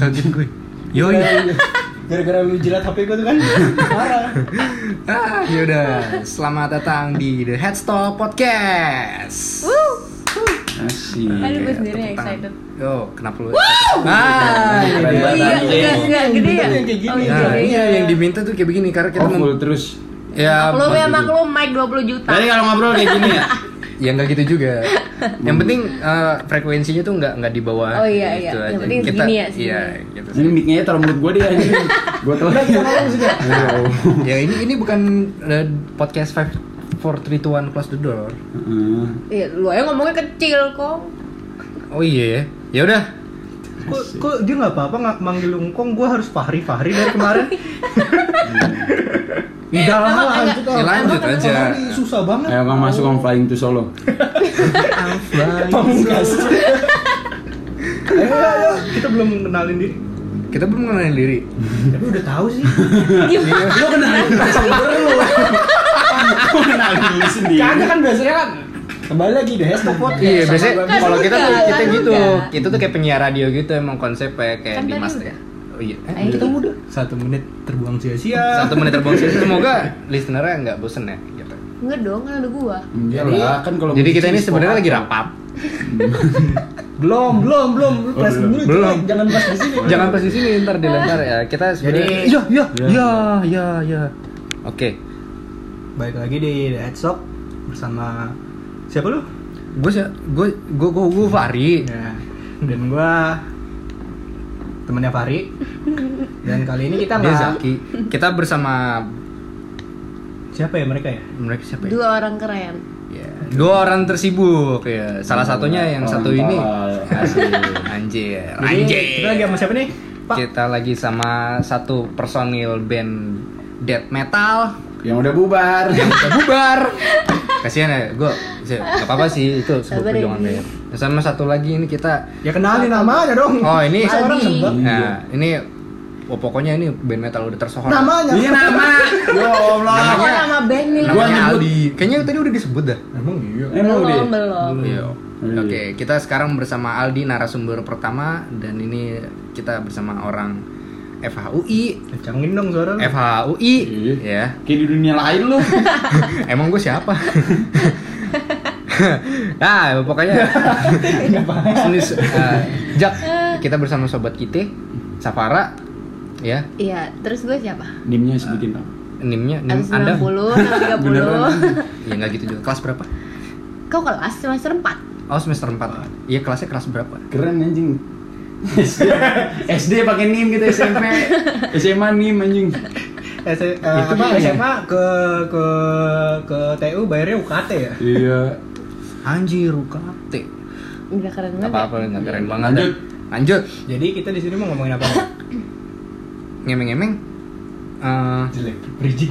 anjing gue yoi Gara-gara lu jilat HP gue tuh kan. Parah. ah, yaudah selamat datang di The Headstop Podcast Asik. Aduh, gue Oke, sendiri tepuk yang tangan. excited. Yo, kenapa lu? excited? Ah, ini Keren dia. banget. Iya, Anjing. enggak, enggak, gede ya? Yang kayak gini, Oh, iya, Nah, gede. ini yang diminta tuh kayak begini karena Oh, kita Kita mem- Oh, full terus. ya Maklum ya, maklum, mic 20 juta Tadi kalau ngobrol kayak gini ya. ya nggak gitu juga Hmm. yang penting eh, frekuensinya tuh nggak nggak di bawah Oh, iya, gitu iya. aja. Yang penting kita segini ya, segini. iya gitu Ini mic-nya taruh mulut gue dia anjing. Gue telan. ya ini ini bukan eh, podcast five four three two one close the door Heeh. Iya, lu aja ngomongnya kecil kok oh iya ya ya udah Kok, kok dia nggak apa-apa nggak manggil Lungkong, gue harus Fahri Fahri dari kemarin. Iya, Enggak lah, lanjut Ya, lanjut aja. Susah banget. Ayo Kang masuk Kang flying to Solo. Pamungkas. Eh, Ayo, ayo, ya. kita belum kenalin diri. kita belum mengenali diri Tapi udah tahu sih. Lu kenalin sumber lu. Lu kenalin dulu sendiri. Karena kan biasanya kan Kembali lagi deh, stop podcast. iya biasanya Kan kalau kita tuh enggak, kita kan gitu enggak. itu tuh kayak penyiar radio gitu emang konsepnya kayak Kan tadi Dimas udah. ya oh iya Eh, Ayo. kita udah satu menit terbuang sia-sia. satu menit terbang sini semoga listenernya nggak bosen ya gitu. Enggak dong, kan ada gua Enggak lah, kan kalau jadi musisi kita ini sport sebenarnya lagi apa? rapat Belum, belum, belum. Lu Oh, Flash belum. dulu, Belum. jelek. jangan pas di sini. jangan pas di sini ntar dilempar ya kita sebenarnya Jadi- Iya, ya ya ya Ya. ya ya oke Baik lagi di The Headshop bersama siapa lu? gue sih gue gue gue gue Fahri Ya. Dan gua temennya Fahri. Dan kali ini kita dia nggak Zaki kita bersama siapa ya mereka ya? mereka siapa ya? Dua orang keren Ya, dua orang tersibuk ya salah satunya yang Iya, Orang satu ini tolol. Asik. anjir Jadi, anjir Kita lagi sama siapa nih? Pak. kita lagi sama satu personil band death metal yang udah bubar. Udah bubar kasihan ya gue nggak apa apa sih itu sebuah Sabar ya, perjuangan Bi. band Nah, sama satu lagi ini kita Ya kenalin namanya dong. oh ini Masa orang Aldi. nebak? nah ini oh, pokoknya ini band metal udah tersohor Namanya. Iya nama. Ya Allah. Kok Namanya- nama band nih? Gua namanya nyebut. Aldi kayaknya tadi udah disebut dah Emang iya. Emang udah. Belum, belum Iya. Iya. Oke, kita sekarang bersama Aldi narasumber pertama dan ini kita bersama orang FHUI, Kencangin dong suara lu. FHUI, Iya. ya. Kayak di dunia lain lu. Emang gue siapa? nah, pokoknya Ini, eh, Jak, kita bersama sobat kita, Safara, ya, Iya, terus gue siapa? Nimnya sebutin tau. nimnya, nim Hmm, Anda. 190, 130 Ya nggak gitu juga. Kelas berapa? Kau kelas semester 4 Oh semester 4 Iya kelasnya kelas berapa? Keren anjing. SD pakai nim gitu SMP. SMA nim anjing. S- eh, apa, kayaknya. SMA ke ke ke TU bayarnya UKT ya? Iya. Anjir, UKT Udah keren Gak banget ya? apa-apa, nggak keren banget Lanjut. Lanjut Jadi kita di sini mau ngomongin apa? Ngemeng-ngemeng eh, Jelek. Bridging.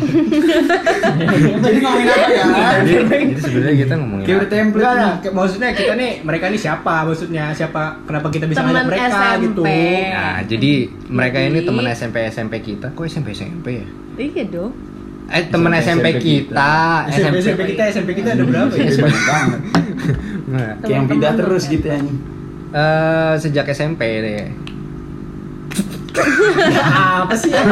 Jadi ngomongin apa ya? Ah, jadi, jadi sebenarnya kita ngomongin Kayak udah apa? template. Enggak, nih. enggak. Kayak Maksudnya kita nih, mereka nih siapa? Maksudnya siapa? Kenapa kita bisa Temen ngajak mereka SMP. gitu? Nah, jadi mereka ini Jadi- teman SMP SMP kita. Kok SMP SMP ya? Iya dong Eh teman SMP, SMP kita, SMP, SMP kita, SMP kita ada berapa ya? Iya, banyak banget. Nah, Kayak yang pindah terus gitu anjing. eh, sejak SMP deh. apa sih? ya?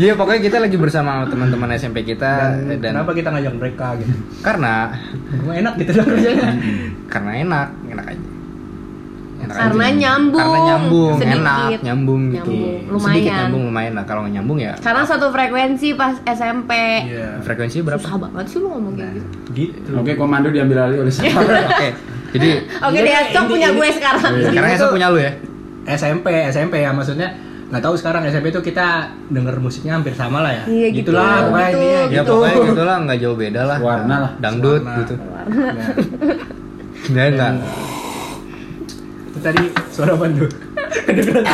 Iya pokoknya kita lagi bersama teman-teman SMP kita Dan, Eh, dan, kenapa kita ngajak mereka gitu? karena Emang enak gitu dong kerjanya. karena enak enak aja. Enak Karena nyambung. Karena nyambung Sedikit. enak nyambung gitu. Nyambung, Sedikit lumayan. nyambung lumayan lah kalau nggak nyambung ya. Karena satu frekuensi pas SMP Iya. Frekuensinya berapa? Susah banget sih lu ngomong kayak gitu Gitu. Oke, komando diambil alih oleh siapa? Oke. Jadi Oke, Jadi, dia stop ini- punya ini- gue sekarang Iya. sekarang Jadi Esa itu- punya lu ya. SMP, SMP ya maksudnya nggak tahu sekarang SMP itu kita denger musiknya hampir sama lah ya. Iya, gitu. Gitulah pokoknya Gitu, intinya Ya gitu. pokoknya gitu lah nggak jauh beda lah. Warna lah. Dangdut Warna. gitu. Nah, Ya enggak. itu tadi suara apa tuh? Kedengeran.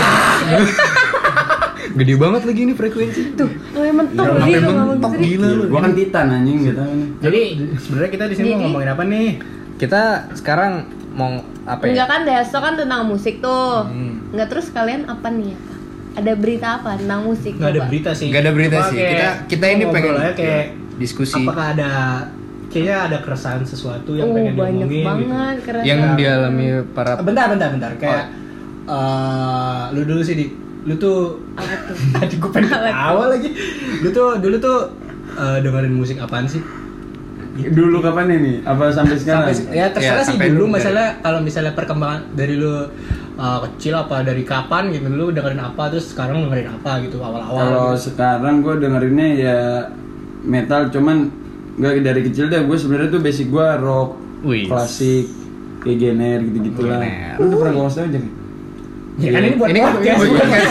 Gede banget lagi ini frekuensi. Tuh, namanya mentok Sampai gitu ngomong mentok gitu. gila lu. Gua kan titan anjing gitu. Jadi sebenarnya kita di sini Jadi- mau ngomongin apa nih? Kita sekarang mau apa ya? Enggak kan Deso kan tentang musik tuh. Enggak terus kalian apa nih? Apa? Ada berita apa tentang musik? Nggak ada coba? berita sih. Nggak ada berita Cuma sih. kayak Kita- kita ini ngobrol pengen- aja kayak Diskusi apakah ada kayaknya ada keresahan sesuatu yang Oh, pengen banyak diomongin gitu. kan? banget keren. yang banget. dialami para Bentar, bentar, bentar. Kayak Oh. eh, lu dulu sih di lu tuh Apa tuh? tadi gue pengen awal lagi lu tuh dulu tuh eh, dengerin musik apaan sih Dulu kapan ini? Apa sampai sekarang? sampai ya terserah Ya, sih sampai lu dulu dari- misalnya kalau misalnya perkembangan dari lu uh, kecil apa dari kapan gitu lu dengerin apa terus sekarang dengerin apa gitu Kalau awal-awal sekarang gue dengerinnya ya metal cuman nggak dari kecil deh gue sebenarnya tuh basic gue rock Wih. klasik kayak gener gitu gitu lah. Gener. Lu udah pernah gue kasih tau aja? ya kan ini buat ini Oh, podcast buat bukan podcast.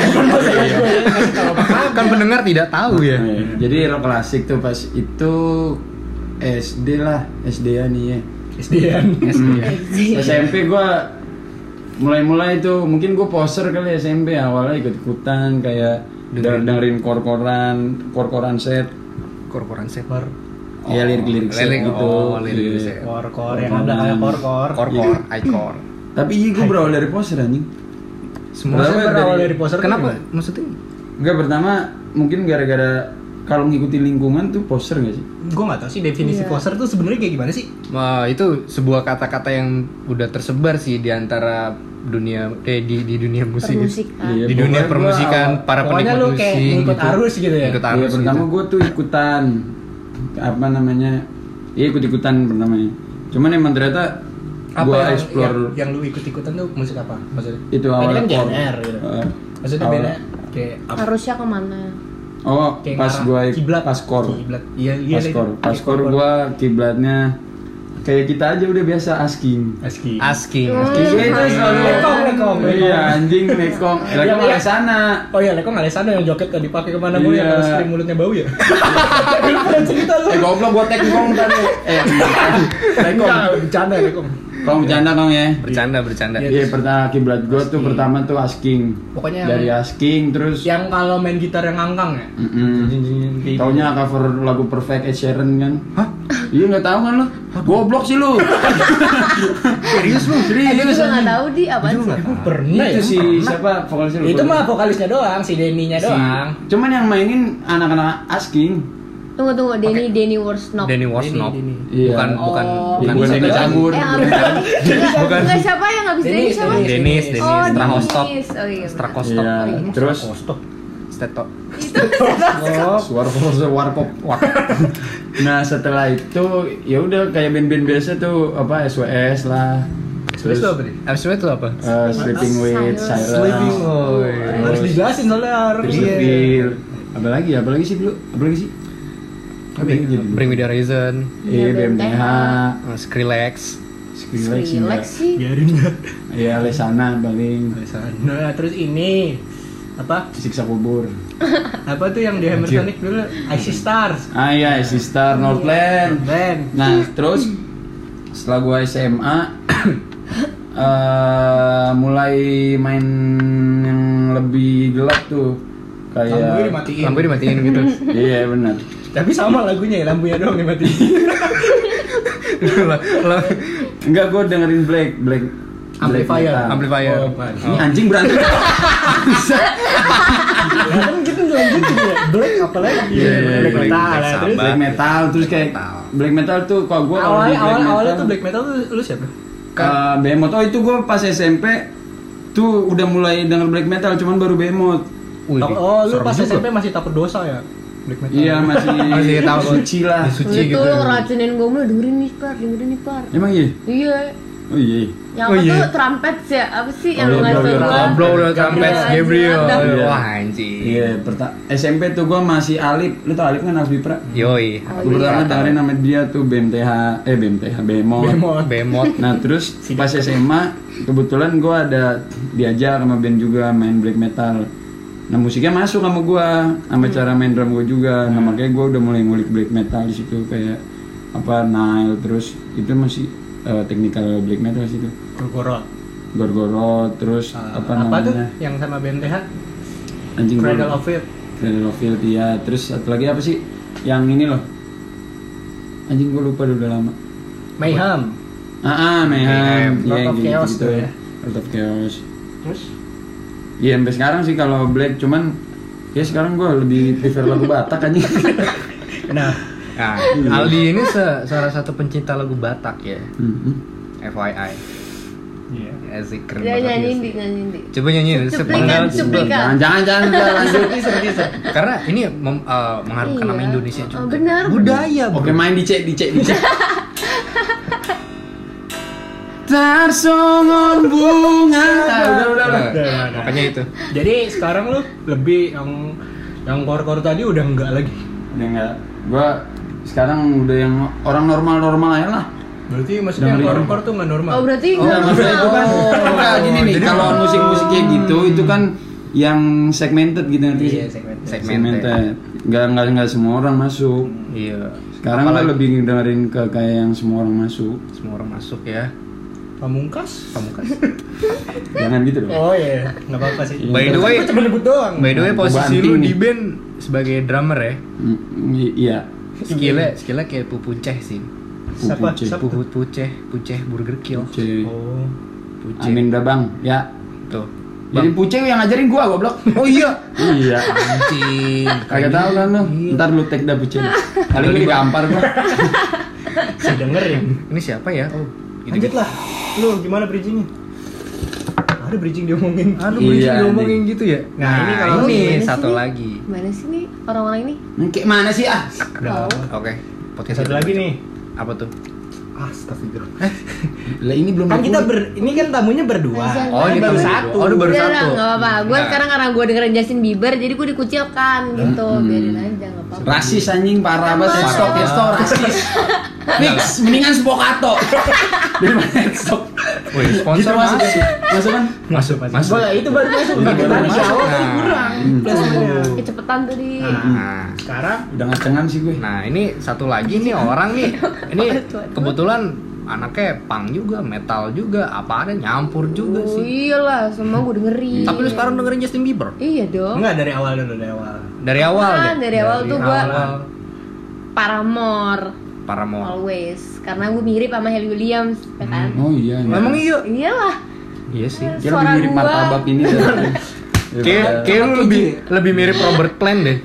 Iya. ngasih tahu apa kan pendengar tidak tahu ya Oh, iya. Jadi rock klasik tuh pas itu SD lah SD ya nih ya. Hmm. SDN Iya. SMP gue mulai-mulai itu mungkin gue poser kali ya SMP awalnya ikut ikutan kayak denger- dengerin kor-koran kor-koran set korporan set kor ya lirik-lirik set Lirik, gitu oh, lirik-lirik set. Iya. kor kor yang ada kayak kor kor korpor ikor Tapi iya gue berawal dari poser anjing semua Kenapa berawal dari- kan? dari poster tuh kenapa gimana? maksudnya Enggak pertama mungkin gara-gara kalau ngikuti lingkungan tuh poser gak sih? gue nggak tahu sih definisi Iya. poser tuh sebenarnya kayak gimana sih Wah, itu sebuah kata-kata yang udah tersebar sih di antara dunia eh di di dunia musik Permusikan. Iya. di dunia Pokoknya gua permusikan awal- para pokoknya penikmat lu musik kayak ngikut arus gitu ya? ikut Iya arus pertama gitu. gue tuh ikutan apa namanya? Iya ikut ikutan pertamanya. Cuman emang ternyata apa gue yang, explore yang, yang lu ikut ikutan tuh musik apa maksudnya itu Eh, Tadi awal kan kor- genre gitu Heeh. maksudnya Awal- beda kayak apa Harusnya kemana? Oh, Kayak pas ngarah gue kiblat. pas kor. Kiblat. Iya, iya. Pas deh. kor. Pas kor gue kiblatnya kayak kita aja udah biasa asking. Aski. asking Asking gue itu selalu Iya, Lekong, lekong, lekong. Iya anjing lekong. Lekong Iya. malah sana. Oh iya, Leko Alessandro yang joket tadi pakai kemana bu yang Iya. harus krim mulutnya bau ya? Dulu pernah cerita lu. Eh goblok gue tekong tadi. Eh, lekong. Enggak, bercanda Leko. Kong bercanda kong ya. bercanda bercanda Iya. Iya, pertama kiblat gue tuh Asking. pertama tuh asking. Pokoknya dari yang- Ya. asking terus Yang kalau main gitar yang ngangkang ya? Mm-mm. Taunya cover lagu Perfect Ed Sheeran kan? gitu. Hah? Iya nggak tahu kan lo? Goblok sih lu. Serius lu? Eh, gue Serius. juga nggak anjing. tahu di apa sih. Emang pernah Ah, Itu ya? si siapa vokalisnya Itu lupa. mah vokalisnya doang, si Denny-nya Si- doang. Cuman yang mainin anak-anak asking. Tunggu tunggu, Denny Denny Eh, Worsnop. Danny Wasnop Denny, Iya. bukan bukan Oh. bukan Bukan satu Denny jam. Campur. Eh, abis Bukan. bukan. bukan siapa yang abis Denny Denny, siapa? Denny. Dennis Dennis Oh, Strahostop Dennis. Oh iya. benar. Strakostop Iya. Terus Kostok. Steto Oh, warpop warpop. Nah setelah itu ya udah kayak band-band biasa tuh apa SWS lah. Terus terus itu apa nih? abis itu apa eh, Sleeping with Cyrus. Cyrus. Sleeping, Iya, oh, harus dijelasin soalnya harus. Terus Appeal. Apalagi ya? apalagi sih dulu? Apalagi sih? Apalagi jadi dulu? Bring Me The Horizon Iya, BMTH, uh, Skrillex Skrillex, Skrillex sih. Biarin dah. Iya, Lesana paling Nah, terus ini apa? siksa kubur. apa tuh yang di Hammer Sonic dulu Icy Stars Ah iya, Sister Northland. Ben Nah, terus setelah gua SMA eh mulai main yang lebih gelap tuh Iya. lampunya kayak dimatiin lampu dimatiin gitu Iya benar. tapi sama lagunya ya lampunya doang dimatiin Lah, lah. Enggak gua dengerin Black Black Black amplifier Metal. Amplifier. oh, apaan. Ini anjing berantem. Ya, kan gitu lanjutin ya black apa lagi Iya, iya, black iya. Black metal ya. Sabbath. terus black metal terus kayak Metal. black metal tuh kalau gua kalau di awalnya awal awalnya tuh black metal tuh lu siapa Eh, behemoth oh itu gue pas SMP tuh udah mulai denger black metal cuman baru behemoth Wih, oh lu serem pas juga. SMP masih takut dosa ya black metal iya masih Masih tahu. suci lah Disuci Itu gitu lo ngeracunin gue mulu, dengerin nih par, dengerin nih par. emang iya Iya. oh iya Yang Oh, apa iya. tuh trumpet ya? Apa sih yang Oh, lo iya, ngasih Gabriel. gue? Goblok udah sampai Gabriel. Gabriel. Iya. Wah anjing. iya perta- SMP tuh gue masih alip lu tau alip kan harus Bipra Yoi. gue iya, pertama dengerin nama dia tuh BMTH eh BMTH behemoth Behemoth. Bemot. Nah terus pas SMA kebetulan gue ada diajak sama band juga main black metal. Nah musiknya masuk sama gue, sama Hmm. cara main drum gue juga. Nah makanya gue udah mulai ngulik black metal di situ kayak apa Nile terus itu masih eh, technical black metal situ. Gorgorot Gorgorot terus apa, Ah, apa tuh namanya yang sama BMTH anjing Cradle gua- of Filth Cradle of Filth, iya. Terus satu lagi apa sih yang ini loh? Anjing gue lupa udah lama. Mayhem Ah, ah Mayhem, Lord Iya, of gitu- Chaos gitu. tuh ya. Lord of Chaos. terus Iya sampai sekarang sih kalau black cuman ya sekarang gue lebih prefer lagu Batak anjing. nah Nah, Hmm. Hmm. Aldi ini se- salah satu pencinta lagu Batak ya. Mhm. FYI. Iya. Asik keren Dia banget. nyanyiin Yes. di nyanyiin di. Coba nyanyiin Cuplikan, sepenggal. cuplikan. Jangan jangan jangan jangan, lanjut. Teaser, teaser. Karena ini mem- eh, mengharumkan nama Iya. Indonesia juga. Oh, benar. Budaya, bro. Oke main dicek dicek dicek. Tarsongon bunga. Nah, udah udah udah. Nah, Udah, udah. makanya itu. Jadi sekarang lu lebih yang yang core-core tadi udah enggak lagi. Udah enggak. Gua sekarang udah yang orang normal-normal aja lah. Berarti maksudnya yang Dengerin. core-core tuh nggak normal. Oh berarti Enggak, nggak maksudnya itu kan normal. enggak Oh, gini nih. Jadi Kalau normal. musik-musik kayak gitu itu kan yang segmented gitu nanti. Iya, segmented. Segmented. segmented. Enggak enggak enggak semua orang masuk. Iya. Sekarang gua lebih dengerin ke kayak yang semua orang masuk. Semua orang masuk ya. Pamungkas. Kamu kan. Jangan gitu dong. Oh iya, nggak apa-apa sih. By the way, Gua cuma nyebut doang. by the way Gua posisi lu banting di Nah, nih. band sebagai drummer ya. Mm, i- Iya. Skillnya, skillnya kayak pupuceh sih. Siapa? Puceh. Siapa? Puhut puceh, puceh burger kill. Cuy. Oh. Puceh. Amin dah bang. Ya. Tuh. Jadi Puceng yang ngajarin gua goblok. Oh iya. iya. Anjing. Kagak tahu kan lu. Ntar lu tag dah Puceng. Kali lu digampar gua. Saya dengerin. Ini siapa ya? Oh, Lanjut lah. Lu gimana bridgingnya? Ada bridging diomongin. Aduh, Iya, iya, ngomongin anjing. gitu ya. Nah, ini ini kalau gimana sih satu ini? lagi. Mana sih nih orang-orang ini? Kayak mana sih ah? Udah. Tahu. Oke, podcast itu. Satu lagi nih. Apa tuh? Astagfirullah. Eh, Lah ini belum Kan kita dipulih. ber ini kan tamunya berdua. Azan. Oh, ini baru tamu satu. dua. Oh, ini baru Udah lah, satu. nggak apa-apa. Gue Nah. sekarang karena gue dengerin Justin Bieber, jadi gue dikucilkan gitu. Hmm. Biarin aja, nggak apa-apa. Rasis anjing parah banget Parah. stop ya stop rasis. Fix mendingan spokato. Daripada stop. Wih, Gitu sponsor masuk masuk. sih. Masuk kan? Masuk, Masuk. Boleh, itu baru masuk. Itu baru Tadi masuk. di awal tadi Nah. kurang. placementnya. Kecepetan tadi. Nah. Nah, Sekarang Udah ngacengan sih gue. nah ini satu lagi nih orang nih. Ini kebetulan anaknya pang juga, metal juga, apa ada nyampur juga Oh sih. iyalah, semua gue dengerin. Tapi lu sekarang dengerin Justin Bieber Iya dong. enggak dari awal dulu dari awal. dari awal Ah, deh. dari awal tuh gue awal Paramore Paramore. always karena gue mirip sama Hayley Williams, ya kan? Hmm. Oh iya. iya. Emang iya? Iyalah. Iya sih. Kira lebih suara mirip gua. martabak ini. ya. daripada- iya. Kayak kayak lu lebih lebih mirip Robert Plant deh.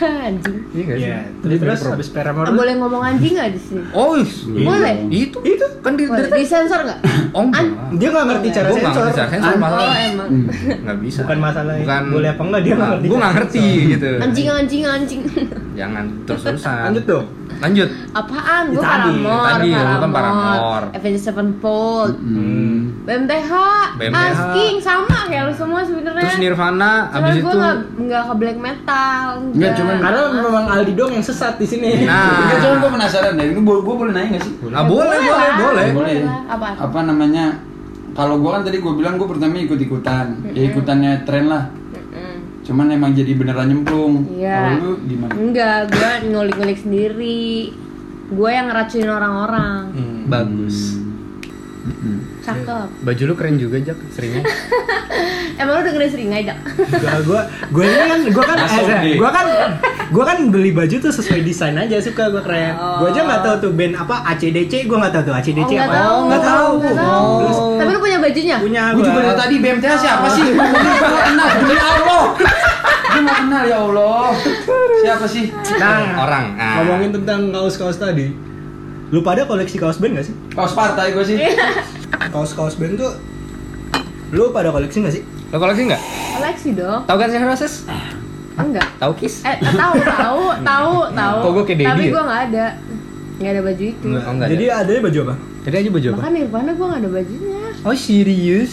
anjing. Iya nggak sih? Iya. Terus terus habis Ah, Paramore boleh ngomong anjing nggak di sini? Oh, is- Iya. Boleh. itu itu kan di Boleh. dari Disensor nggak? Oh, enggak. dia nggak ngerti cara Gua nggak sensor. ngerti cara sensor An- malah. Oh emang. Hmm. Nggak bisa. Bukan masalah Bukan boleh apa enggak, dia nggak ngerti Gue cara nggak ngerti gitu. Anjing anjing anjing. Jangan terus-terusan. Lanjut dong. Lanjut. Nah, Apaan? Gue Ya, tadi, Paramore, tadi, lu kan Paramore. Avenged Sevenfold, Hmm. BMTH, BMTH. Asking sama kayak lu semua sebenarnya. Terus Nirvana Cuman abis gue itu nggak nggak ke black metal. Nggak, Hmm. cuman Karena memang Aldi dong yang sesat di sini. Nah. Enggak, cuman gue penasaran deh. Ini gue boleh nanya gak sih? Ah, boleh, boleh, lah, boleh. Boleh. lah. Apaan? apa namanya kalau gua kan tadi gua bilang gua pertama ikut ikutan ya ikutannya tren lah Mm-mm. cuman emang jadi beneran nyemplung Hmm, Iya. kalau lu gimana Enggak, gue ngulik-ngulik sendiri. Gue yang ngeracunin orang-orang. Hmm. Hmm. bagus. Cakep. Baju lu keren juga, Jak, seringnya. Emang lu dengerin sering aja? Gua gua gua ini kan gua kan Masuk eh, nih. gua kan gua kan beli baju tuh sesuai desain aja suka gua keren. Gua aja nggak tahu tuh band apa ACDC, gua nggak tahu tuh ACDC Oh, nggak Oh, apa. tahu. nggak tahu. Nggak tahu. Terus Tapi lu punya bajunya? punya Gua gua. juga dari tadi BMTH siapa sih? Gua mau kenal, demi Allah. Gua mau kenal ya Allah. Siapa sih? Nah, Orang. Nah. ngomongin tentang kaos-kaos tadi. Lu pada koleksi kaos band gak sih? Kaos partai ya gua sih. Kaos-kaos band tuh lu pada koleksi gak sih? Lo koleksi nggak? Koleksi dong. Tahu kan sih Roses? Enggak. Tahu Kiss? Eh, tahu, tahu, tahu, tahu. Kok gua kayak Dedi Tapi ya? gue nggak ada. Nggak ada baju itu. Nggak. Oh, nggak Jadi adanya baju apa? Jadi aja baju apa? Bahkan Nirvana gue nggak ada bajunya. Oh, serius?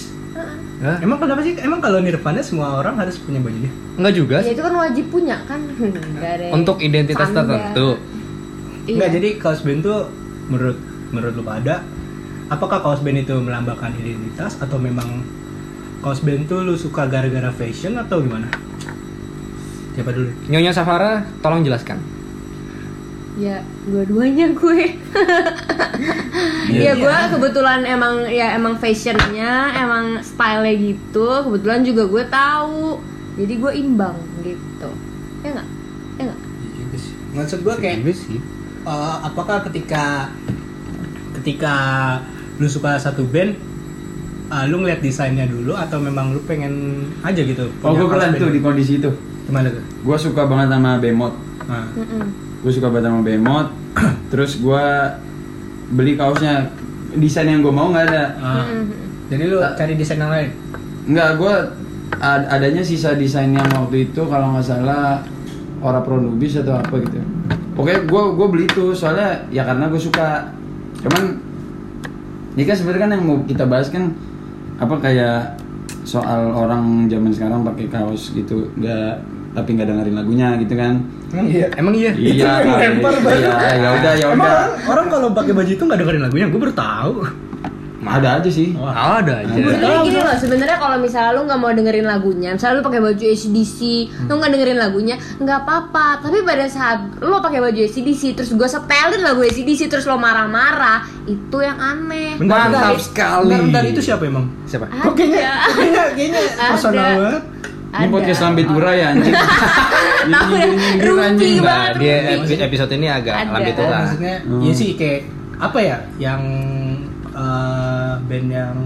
Hah? Emang kenapa sih? Emang kalau Nirvana semua orang harus punya bajunya? Enggak juga Ya sih. itu kan wajib punya kan? Enggak ada. Untuk identitas Sandal. tertentu. Iya. Nggak, jadi kaos band tuh menurut menurut lu pada apakah kaos band itu melambangkan identitas atau memang kaos band tuh lu suka gara-gara fashion atau gimana? Siapa dulu? Nyonya Safara, tolong jelaskan. Ya, dua-duanya gue. Iya. Ya gue kebetulan emang ya emang fashionnya emang style gitu kebetulan juga gue tahu jadi gue imbang gitu ya nggak ya nggak Maksud gue kayak Serius sih. eh, apakah ketika ketika lu suka satu band eh, lu ngeliat desainnya dulu atau memang lu pengen aja gitu? Oh, gua punya kaos pernah band? tuh di kondisi itu. gimana tuh? Gua suka banget sama Bemot. Nah, Mm-mm. Gua suka banget sama Bemot. Terus gua beli kaosnya desain yang gua mau nggak ada. ah, Mm-mm. Jadi lu cari desain yang lain. Enggak, gue adanya sisa desain yang waktu itu kalau nggak salah ora pro Nubis atau apa gitu. Oke, gue gue beli itu soalnya ya karena gue suka. Cuman ini kan sebenarnya kan yang mau kita bahas kan apa kayak soal orang zaman sekarang pakai kaos gitu nggak tapi nggak dengerin lagunya gitu kan Emang iya. Emang iya? Itu yang kali. lempar banget. iya ya udah ya udah Emang orang, orang kalau pakai baju itu nggak dengerin lagunya, gue baru tahu. ada aja sih Oh, ada aja. Sebenarnya gini loh, sebenarnya kalau misalnya lu nggak mau dengerin lagunya, misalnya lu pakai baju ACDC, Hmm. lu nggak dengerin lagunya, nggak apa-apa. Tapi pada saat lu pakai baju ACDC, terus gue setelin lagu ACDC, terus lo marah-marah, itu yang aneh. Mantap bentar. sekali. Bentar, bentar, itu siapa emang? Siapa? Ah, Kok kayaknya, kok kayaknya, kayaknya Ada. personal banget. ini podcast lambe tura ya anjing Tahu ya, Nyindir-nyindir rumpi anjing. Nah, banget, dia rumpi. epi- episode ini agak Ada. lambe Oh, tura. maksudnya, ya sih kayak apa ya yang eh, band yang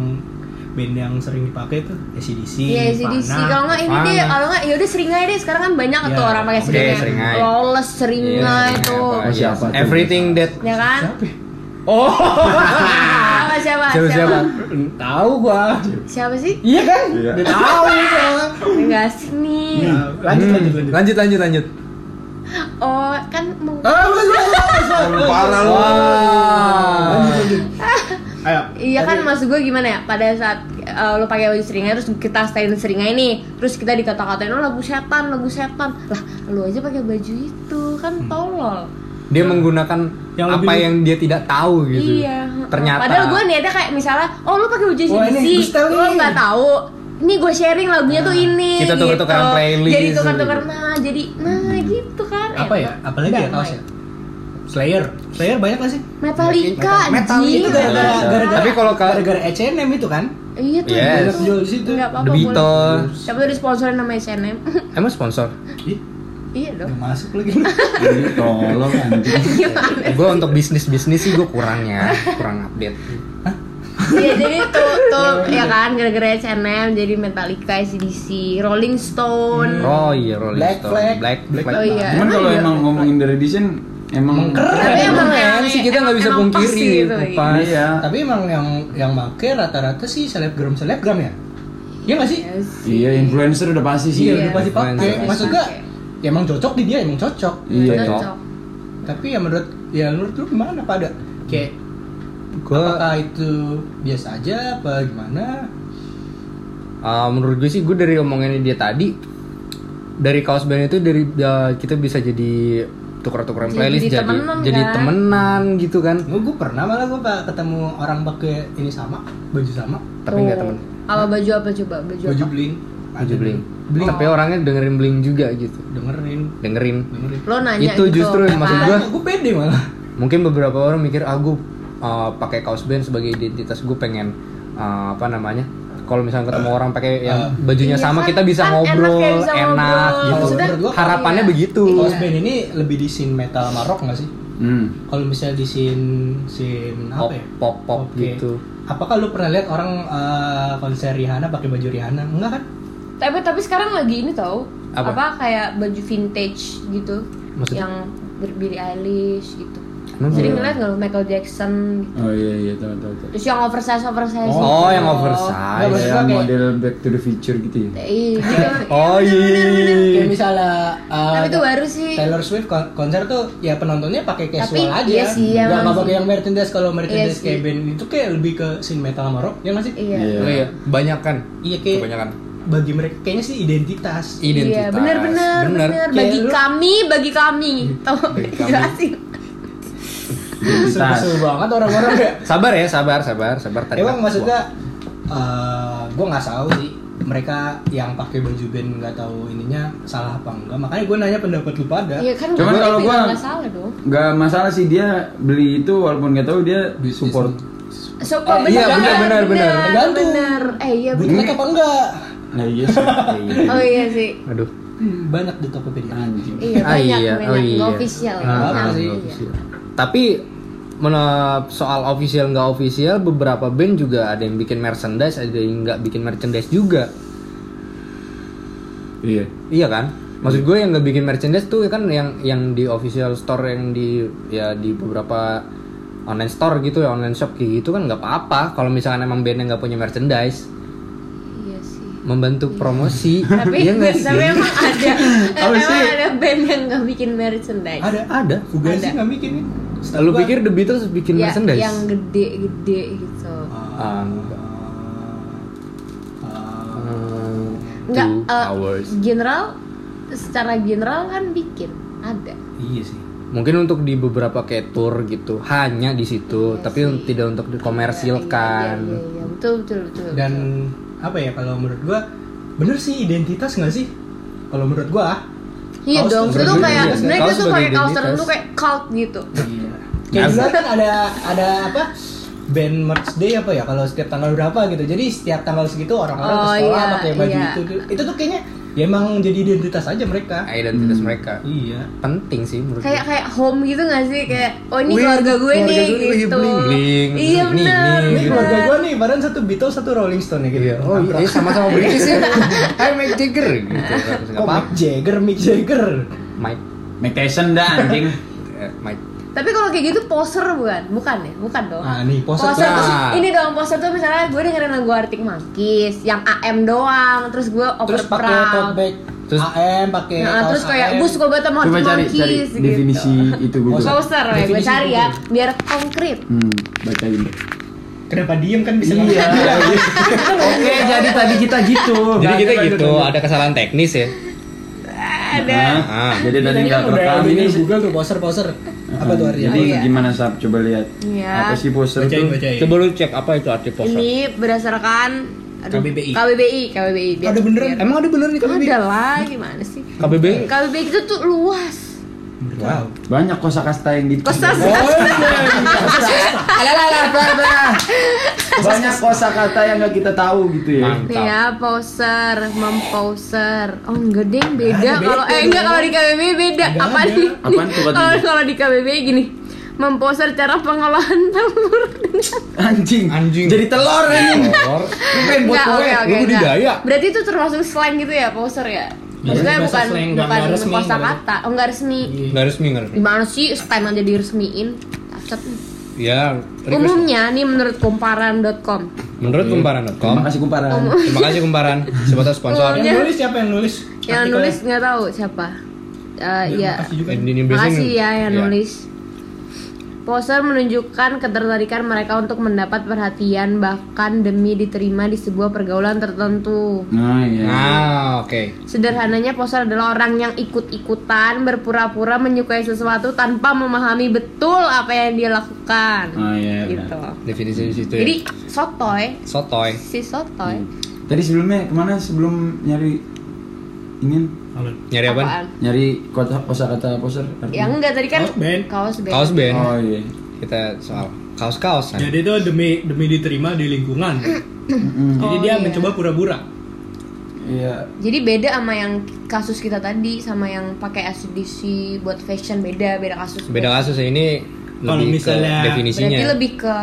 band yang sering dipakai tuh ACDC, Iya, ACDC. Kalau nggak ini deh, Mana? kalau nggak yaudah seringai deh. Sekarang kan banyak Iya. tuh orang pakai Oke, seringai. seringai. Lolos Iya, seringai tuh. Oh, Apa, Masih yes. apa tuh? Everything that Ya kan? Oh. Apa siapa? siapa siapa? Tahu gua. Siapa sih? Iya kan? Iya. Dia tahu soalnya. Enggak asik nih. Iya. Nah, lanjut, lanjut, lanjut. Hmm. Lanjut lanjut lanjut. Oh, kan mau Ah, lanjut, lanjut, lanjut. Parah lu. Lanjut, lanjut. Ayo. Iya kan Tadi- maksud gue gimana ya pada saat uh, lo pakai baju seringai terus kita stylin seringai nih terus kita dikata-katain oh lagu setan lagu setan lah lo aja pakai baju itu kan tolol Dia menggunakan Yang apa lebih- yang dia tidak tahu gitu. iya Ternyata. padahal gue niatnya kayak misalnya oh lo pakai baju Wah, ini sih gue style lo nih. nggak tahu ini gue sharing lagunya tuh ini Kita tukar-tukaran gitu. playlist. jadi tukar-tukar nah jadi nah gitu kan apa ya? Enak. Apalagi ya Damai. kaos ya? Slayer, Slayer banyak gak sih? Metallica, Metal anjing. itu gara-gara Metallica. gara-gara Iya. Tapi kalau ka- gara-gara H&M itu kan Iya tuh. Yes. banyak jual di situ. Enggak apa-apa. The boleh. Beatles. Tapi udah sponsorin sama SNM. Emang sponsor? Ih, iya dong. nggak masuk lagi. Ih, Iya, tolong anjing Iya. gue untuk bisnis bisnis sih gue kurang ya, kurang update. Iya jadi tuh tuh Iya, ya kan gara-gara SNM jadi Metallica, ACDC, Rolling Stone. Oh iya Rolling Black Stone. Flag. Black Black. Oh iya. cuman kalau emang ngomongin dari desain emang Tapi emang Keren sih kita nggak bisa emang pas pungkiri sih gitu. Kupa. iya Tapi emang yang yang make rata-rata sih selebgram selebgram ya. Iya nggak sih? Iya sih. iya influencer udah pasti sih Iya, udah pasti pakai. Influencer. Maksud gak? Ya emang cocok di dia, emang cocok. iya Cocok. Tapi ya menurut ya menurut lu gimana pada? Kayak Gue apakah itu biasa aja apa gimana? Uh, menurut gue sih gue dari omongannya dia tadi dari kaos band itu dari uh, kita bisa jadi tukar-tukaran Jadi playlist jadi temenan, jadi kan? temenan gitu kan Gue gue pernah malah gue Pak, ketemu orang pakai ini sama, baju sama, tapi nggak Tuh. temen Apa baju apa coba? Baju, baju apa? bling, baju bling. bling. tapi orangnya dengerin bling juga gitu dengerin, dengerin dengerin. Lo nanya Itu gitu, justru yang maksud apa? gua. Gue pede malah. mungkin beberapa orang mikir ah gue uh, pakai kaos band sebagai identitas gue pengen uh, apa namanya kalau misalnya ketemu orang pakai yang uh, bajunya iya sama kan, kita bisa kan ngobrol enak ya bisa enak, ngobrol. gitu Maksudnya, Menurut gua kalau- harapannya iya. begitu Kaos band ini lebih di scene metal sama rock nggak sih? hmm. Kalau misalnya di scene scene pop apa ya? pop pop Oke. gitu Apakah lu pernah lihat orang eh, konser Rihanna pakai baju Rihanna? Enggak kan? Tapi tapi sekarang lagi ini tau Apa? apa, kayak baju vintage gitu Maksudnya? yang berbiri Eilish gitu. Emang iya? Sering ngeliat nggak lo Michael Jackson gitu. oh iya iya tahu tahu tahu Terus yang oversize oversize. gitu. Oh, yang Nggak, oversize. maksud gua kayak kayak- model Back to the Future gitu ya Iya, gitu. Oh iya. Kayak misalnya eh, Tapi itu baru sih. Taylor Swift kon- konser tuh ya penontonnya pakai casual Tapi aja. iya sih, emang Nggak- nggak sih. pakai yang merchandise kalau merchandise Iya kayak sih. band itu kayak lebih ke scene metal sama rock ya nggak sih? Iya. Iya. Oh iya, banyak kan? Iya kayak Kebanyakan. bagi mereka kayaknya sih identitas. Identitas. Iya, benar benar Benar. benar. Bagi Kayak lu- kami, bagi kami. Tahu jelasin. Identitas. Seru banget orang-orang ya. Sabar ya, sabar, sabar, sabar. Tadi Emang waktu maksudnya eh gue nggak tahu sih mereka yang pakai baju band nggak tahu ininya salah apa enggak makanya gue nanya pendapat lu pada Iya kan Cuman gua kalau bilang gua- nggak salah dong. nggak masalah sih dia beli itu walaupun nggak tahu dia support So, oh, Eh, benar, iya, benar, benar, benar. Tergantung. benar. Eh iya benar. bootleg apa enggak nah iya sih gua. Iya. Oh iya sih. Aduh. Hmm, banyak di Tokopedia anjing Iya, Ah, banyak, iya. banyak. Oh iya. Nggak official. Ah, Apa ah, Iya. sih? nggak official. Tapi mena- soal official nggak official beberapa band juga ada yang bikin merchandise ada yang nggak bikin merchandise juga iya iya kan maksud gue yang nggak bikin merchandise tuh kan yang yang di official store yang di ya di ya, beberapa online store gitu ya online shop kayak gitu kan nggak apa-apa kalau misalkan emang bandnya nggak punya merchandise Iya sih. membantu promosi Tapi, Iya nggak sih? tapi emang ada, Apa emang sih? ada band yang nggak bikin merchandise. ada ada Fugazi Ada. nggak bikin ya? Setahu lu gua- pikir The Beatles bikin Ya, merchandise yang gede-gede gitu. Ah, enggak. Ah, Hmm, Nggak, two eh, hours. general secara general kan bikin ada. iya sih mungkin untuk di beberapa kayak tour gitu hanya di situ tapi un- tidak untuk dikomersilkan Iya, iya, iya, iya. betul betul betul. dan betul. apa ya kalau menurut gua bener sih identitas nggak sih kalau menurut gua ah. Iya kaos ya? dong, tuh itu sebagai kayak identitas. sebenarnya Kaos itu tuh sebagai kayak kaos identitas. tertentu kayak cult gitu. kayak dulu kan ada ada apa band merch day apa ya kalau setiap tanggal berapa gitu jadi setiap tanggal segitu orang-orang ke Oh, sekolah iya, pakai baju iya. itu itu tuh kayaknya ya emang jadi identitas aja mereka identitas mereka iya penting sih menurut Kayak gue. kayak home gitu gak sih kayak oh ini Wih, keluarga gue keluarga nih gue nih, gitu. bling-bling, Iya ini, benar. ini, ini Iya. keluarga gua nih padahal satu Beatles satu Rolling Stone ya gitu Iya, oh iya, eh, sama-sama British ya. Hai Mick Jagger gitu. kan. Nggak Kok Mick apa-apa. Jagger, Mick Jagger Mike, Mike Tyson dah anjing. eh, Mike. Tapi kalau kayak gitu poser bukan? Bukan ya? Bukan dong. Ah nih, poster Poster. tuh- tuh. Ah. ini dong poser tuh misalnya gue dengerin lagu Arctic Monkeys yang AM doang, terus gue over Terus pakai tote proud. bag Terus- AM, pakai Nah, kaos terus kayak AM. gue suka banget sama Coba Arctic cari cari Monkeys gitu. definisi itu Google. Poser. Poser ya, gue Definisi cari ya, biar konkret. Hmm, bacain. deh. Kenapa diem kan bisa Iya. Oke, jadi tadi kita gitu. Jadi kita Lanjut, gitu, lanjut. ada kesalahan teknis ya. Ada. Ah, jadi tadi Tadi nggak kan udah rekam ini. ini Google tuh poser-poser. Apa tuh artinya? Jadi Oh, iya. gimana sab coba lihat. Iya. Apa sih poster Bacain, itu? bacain. Coba lu cek apa itu arti poster. Ini berdasarkan aduh, KBBI. KBBI, KBBI. biar- Ada beneran? biar- Emang ada bener nih KBB? Iya. Ada lah, gimana sih? KBB? KBBI itu tuh luas. Wow. Banyak kosakasta yang gitu. Kosas. Banyak kosakata yang nggak kita tahu gitu ya. Mantap. Nih ya, poser, memposer. Oh enggak deh, Nah, beda. Ada, beda Kalau eh enggak dong. kalau di KBBI beda. Enggak Apa ada. nih? Apaan tuh, Kak Kalau Dinda? kalau di KBBI gini, memposer cara pengolahan telur. Anjing. Anjing. Oh, Jadi telur ini. Telur. Lu pengen buat Enggak, kue, lu oke oke. enggak. budidaya. Berarti itu termasuk slang gitu ya, poser ya? Maksudnya Iya, bahasa bukan slang, enggak- bukan enggak resmi, Iya. kosa enggak kata, oh, enggak resmi. Enggak resmi, enggak resmi. Gimana sih stem aja diresmiin? Tacet nih. Ya, request. Umumnya nih menurut kumparan.com Menurut Terima kumparan.com. kasih kumparan. Terima kasih kumparan, sebatas Iya. sponsor. Yang nulis siapa yang nulis? yang Artikelnya. nulis nggak tahu siapa. Eh, Ya, Iya. makasih juga. Ini biasanya- Iya. Makasih ya yang nulis. Poser menunjukkan ketertarikan mereka untuk mendapat perhatian bahkan demi diterima di sebuah pergaulan tertentu. Nah, iya. Nah, oke. Sederhananya poser adalah orang yang ikut-ikutan berpura-pura menyukai sesuatu tanpa memahami betul apa yang dia lakukan. Ah, Oh, iya, gitu. Definisi di situ ya. Jadi sotoy, sotoy. si sotoy. Hmm. Tadi sebelumnya kemana sebelum nyari ini Alun. Nyari apa? Apaan? nyari kota kosakata poster Ya artinya? enggak tadi kan Kaos band. kaos band. Kaos band. Oh iya. Kita soal kan? kaos-kaosan. Jadi itu demi demi diterima di lingkungan. Mm-mm. Jadi Oh, iya. dia mencoba pura-pura. Iya. Jadi beda sama yang kasus kita tadi sama yang pakai SDC buat fashion beda beda kasus. Beda kasus ya, ini Kalau lebih ke misalnya- definisinya. Berarti lebih ke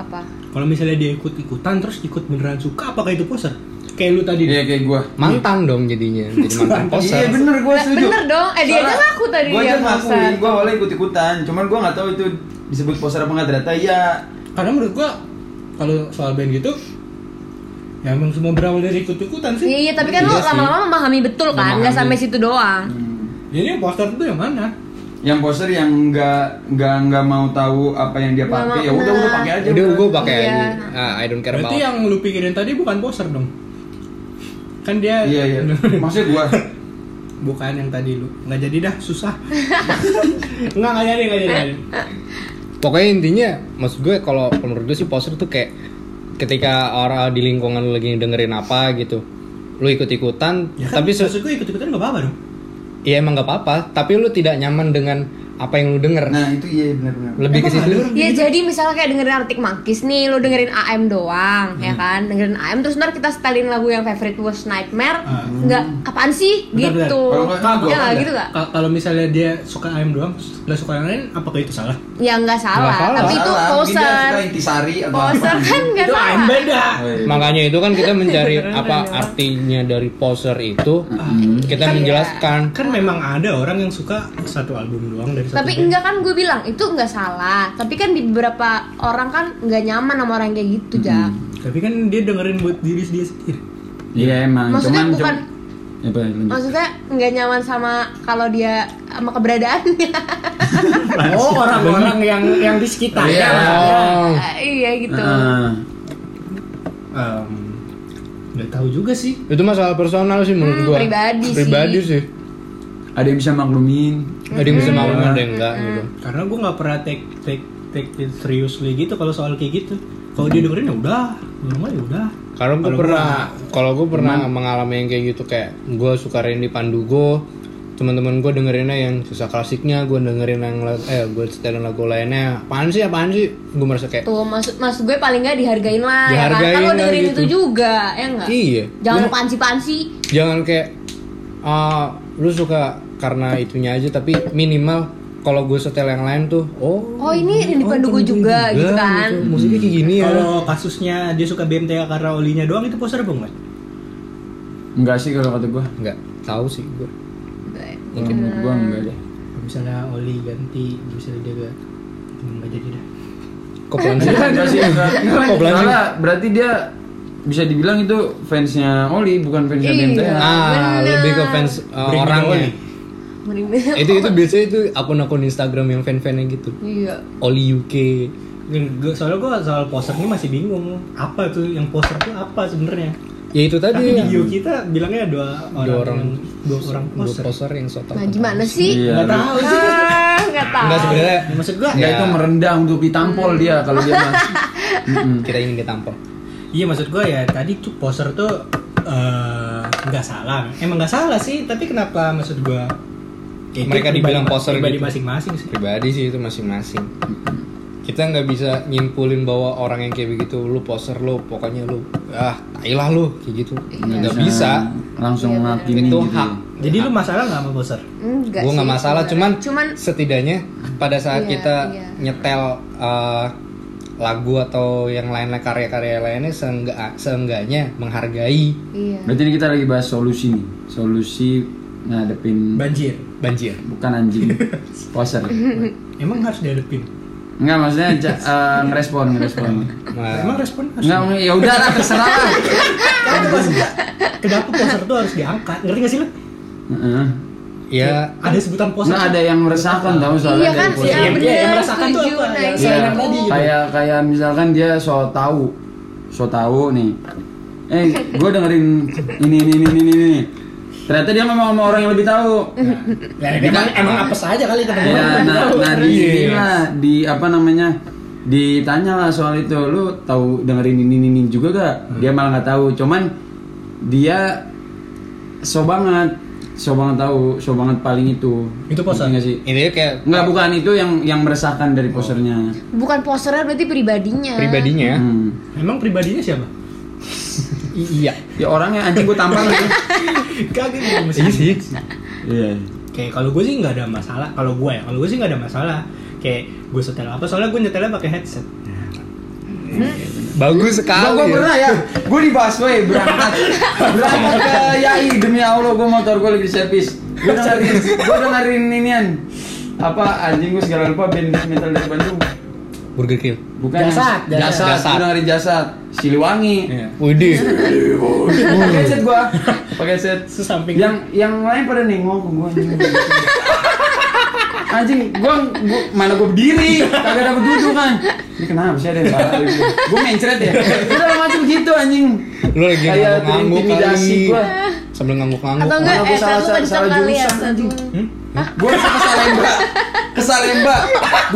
apa? Kalau misalnya dia ikut-ikutan terus ikut beneran suka apakah itu poser? Kayak lu tadi. Iya kayak gua. Mantan dong jadinya, jadi mantan Iya poser. bener gua Nah, setuju. bener dong. Eh, dia aja ngaku tadi Gua dia aja ngaku, poster. gua awalnya ikut ikutan. Cuman gua nggak tahu itu disebut poster apa nggak ternyata iya. Karena menurut gua kalau soal band gitu ya emang semua berawal dari ikut-ikutan Iya sih. iya tapi kan lo Iya sih. lama-lama memahami betul kan, nggak sampai situ doang. Hmm. Jadi yang poster itu yang mana? Yang poster yang nggak nggak nggak mau tahu apa yang dia Nggak pakai. mau- Ya udah udah nah. pakai aja. Udah udah. gue pakai Iya. aja. Ah, I don't care about. Berarti yang lu pikirin tadi bukan poser dong. Kan dia Iya iya. Maksud gua. bukan yang tadi lu. Nggak jadi dah, susah. Nggak nggak jadi, nggak jadi. nggak jadi. Pokoknya intinya maksud gue kalau menurut gue sih poser tuh kayak ketika orang di lingkungan lu lagi dengerin apa gitu. Lu ikut-ikutan, Ya kan, tapi se- maksud gue ikut-ikutan nggak apa-apa dong. ya emang gak apa-apa, tapi lu tidak nyaman dengan apa yang lu denger. Nah itu iya benar benar. Lebih ke Emang ada situ. orang Ya jadi misalnya kayak dengerin Arctic Monkeys nih, lo dengerin AM doang, ya kan? Dengerin AM terus ntar kita setelin lagu yang favorite was Nightmare, Hmm. nggak apaan sih Bentar, bentar. gitu? Kalau nggak, Ya gua nggak ada. gitu nggak? Ka- kalau misalnya dia suka ayam doang terus nggak suka yang lain apakah itu salah Ya nggak salah, salah. tapi itu Salah, mungkin dia poser. suka intisari atau Poser apa. kan nggak itu ayam salah. beda Oh, iya. Makanya itu kan kita mencari apa artinya dari Kan poser itu. Kita menjelaskan kan memang ada orang yang suka satu album doang dan dari satu tapi band. enggak kan gue bilang itu enggak salah tapi kan di beberapa orang kan enggak nyaman sama orang yang kayak gitu ja tapi kan dia dengerin buat diri dia sendiri Iya emang, Maksudnya cuman bukan- cuman- apa, ya, lanjut. maksudnya enggak nyaman sama kalau dia sama keberadaannya Oh orang-orang yang yang di sekitar Iya. Oh. iya gitu Heeh. Em, nggak tahu juga sih Itu masalah personal sih menurut Hmm, gua. pribadi sih. Pribadi sih. ada yang bisa maklumin Ada yang bisa Hmm. malu ada yang enggak gitu. karena gue nggak pernah take take take it seriously gitu kalau soal kayak gitu kalau dia dengerin ya udah ngomong ya udah Karena gue Kalau pernah, kalau gue pernah mengalami yang kayak gitu kayak gue suka Randy Pandugo, teman-teman gue dengerinnya yang susah klasiknya, gue dengerin yang la- eh gue setelin lagu lainnya, apaan sih apaan sih, gue merasa kayak tuh maksud maksud gue paling enggak dihargain lah ya kan? kan Dihargain lo lah dengerin gitu. itu juga ya enggak iya, jangan pansi-pansi jangan kayak ah, lu suka karena itunya aja, tapi minimal kalau gue setel yang lain tuh, oh oh ini di depan gue juga gitu kan gitu, musiknya kayak gini ya, kalau kasusnya dia suka BMTK karena olinya doang itu poster bang Mat? enggak sih kalau kata gua nggak tahu sih gue. kalau menurut Iya. gua enggak deh Kalau misalnya oli ganti misalnya dia gak nggak jadi dah Kepelan sih. enggak sih enggak Kok belancing? Soalnya berarti dia bisa dibilang itu fansnya Oli bukan fansnya Iya. BMTH Ah, Bener. lebih ke fans uh, Bring me the orangnya. Oli. Merinding. itu itu biasanya itu akun-akun Instagram yang fan-fannya gitu iya Oli UK Yang gua- soalnya gue soal poster ini masih bingung apa tuh yang poster tuh apa sebenarnya ya itu tadi tapi di ya bio kita bilangnya dua orang dua orang yang- dua orang dua poster poster yang soto nah gimana sih Iya. nggak tahu sih Ah, nggak tahu enggak sebenarnya maksud gue Enggak Iya. itu merendah untuk ditampol dia kalau dia mah. Mm-mm. kita ingin ditampol Iya maksud gue ya tadi tuh poster tuh eh, nggak salah, emang nggak salah sih, tapi kenapa maksud gue? Mereka dibilang poser pribadi gitu. masing-masing sih. pribadi sih itu masing-masing kita nggak bisa nyimpulin bahwa orang yang kayak begitu lu poster lu pokoknya lu ah tai lah lu kayak gitu nggak bisa Nah, langsung Iya, ngakini itu gitu. hak Jadi lu masalah nggak sama poster? Enggak gue Hmm, sih nggak masalah sebenarnya. cuman cuman setidaknya pada saat Iya, kita iya. nyetel eh, lagu atau yang lain karya-karya lainnya seenggak seenggaknya menghargai iya Berarti ini kita lagi bahas solusi nih. Solusi ngadepin Banjir. banjir bukan anjing poser. Emang harus dihadepin. Enggak maksudnya ja- eh, ngerespon ngerespon. Nah, Emang respon harus. Enggak ya udah lah terserah lah. Kenapa poster tuh harus diangkat? Ngerti gak sih lu? Heeh. ya Ada sebutan poster. Nah, ada yang meresahkan tahu soalnya iya dari kan poser. iya yang- bener yang merasakan tuh setuju apa? nah Yang itu Iya, Saingan tadi gitu. kayak kayak misalkan dia so tahu so tahu nih eh gue dengerin ini ini ini ini ini ternyata dia ngomong sama orang yang lebih tahu Ya, emang emang apa saja kali Iya, Iya. teman-teman. ya nah, nah di sini lah di apa namanya ditanya lah soal itu lu tahu dengerin ini ini, ini juga gak dia malah nggak tahu cuman dia so banget so banget tahu so banget paling itu Itu poser? Ngerti nggak sih ini kayak nggak bukan itu yang yang meresahkan dari posernya bukan posternya berarti pribadinya pribadinya Hmm. Emang pribadinya siapa? iya ya orangnya anjing gue tampar lagi Kagak gitu mesti. Iya. Kayak kalau gue sih nggak ada masalah. Kalau gue ya, kalau gue sih nggak ada masalah. Kayak gue setel apa? Soalnya gue nyetelnya pakai headset. bagus sekali gue ya. pernah ya, gue di busway berangkat berangkat ke Yai demi Allah gue motor gue lagi di servis. Gue dengerin, gue dengerin inian apa anjing gue segala lupa band death metal dari Bandung. Burger King Bukan jasad, Jasad, jasad. Iya. jasad. Gue dengerin jasad, Siliwangi. Widih Pakai set gue, pakai set. Sesamping Yang yang lain pada nengok ke gue anjing. Anjing, gue mana gue berdiri, kagak ada duduk kan. Ini kenapa sih ada yang salah? Gue mencret ya. Udah macam gitu anjing. lu lagi Kayak ngangguk-ngangguk terintimidasi kali gua. sambil ngangguk-ngangguk kan. atau enggak Mana gua eh salah- satu kenceng salah kali ya jurusan, satu anjing. Hmm, gue kesalahan mbak kesalahan mbak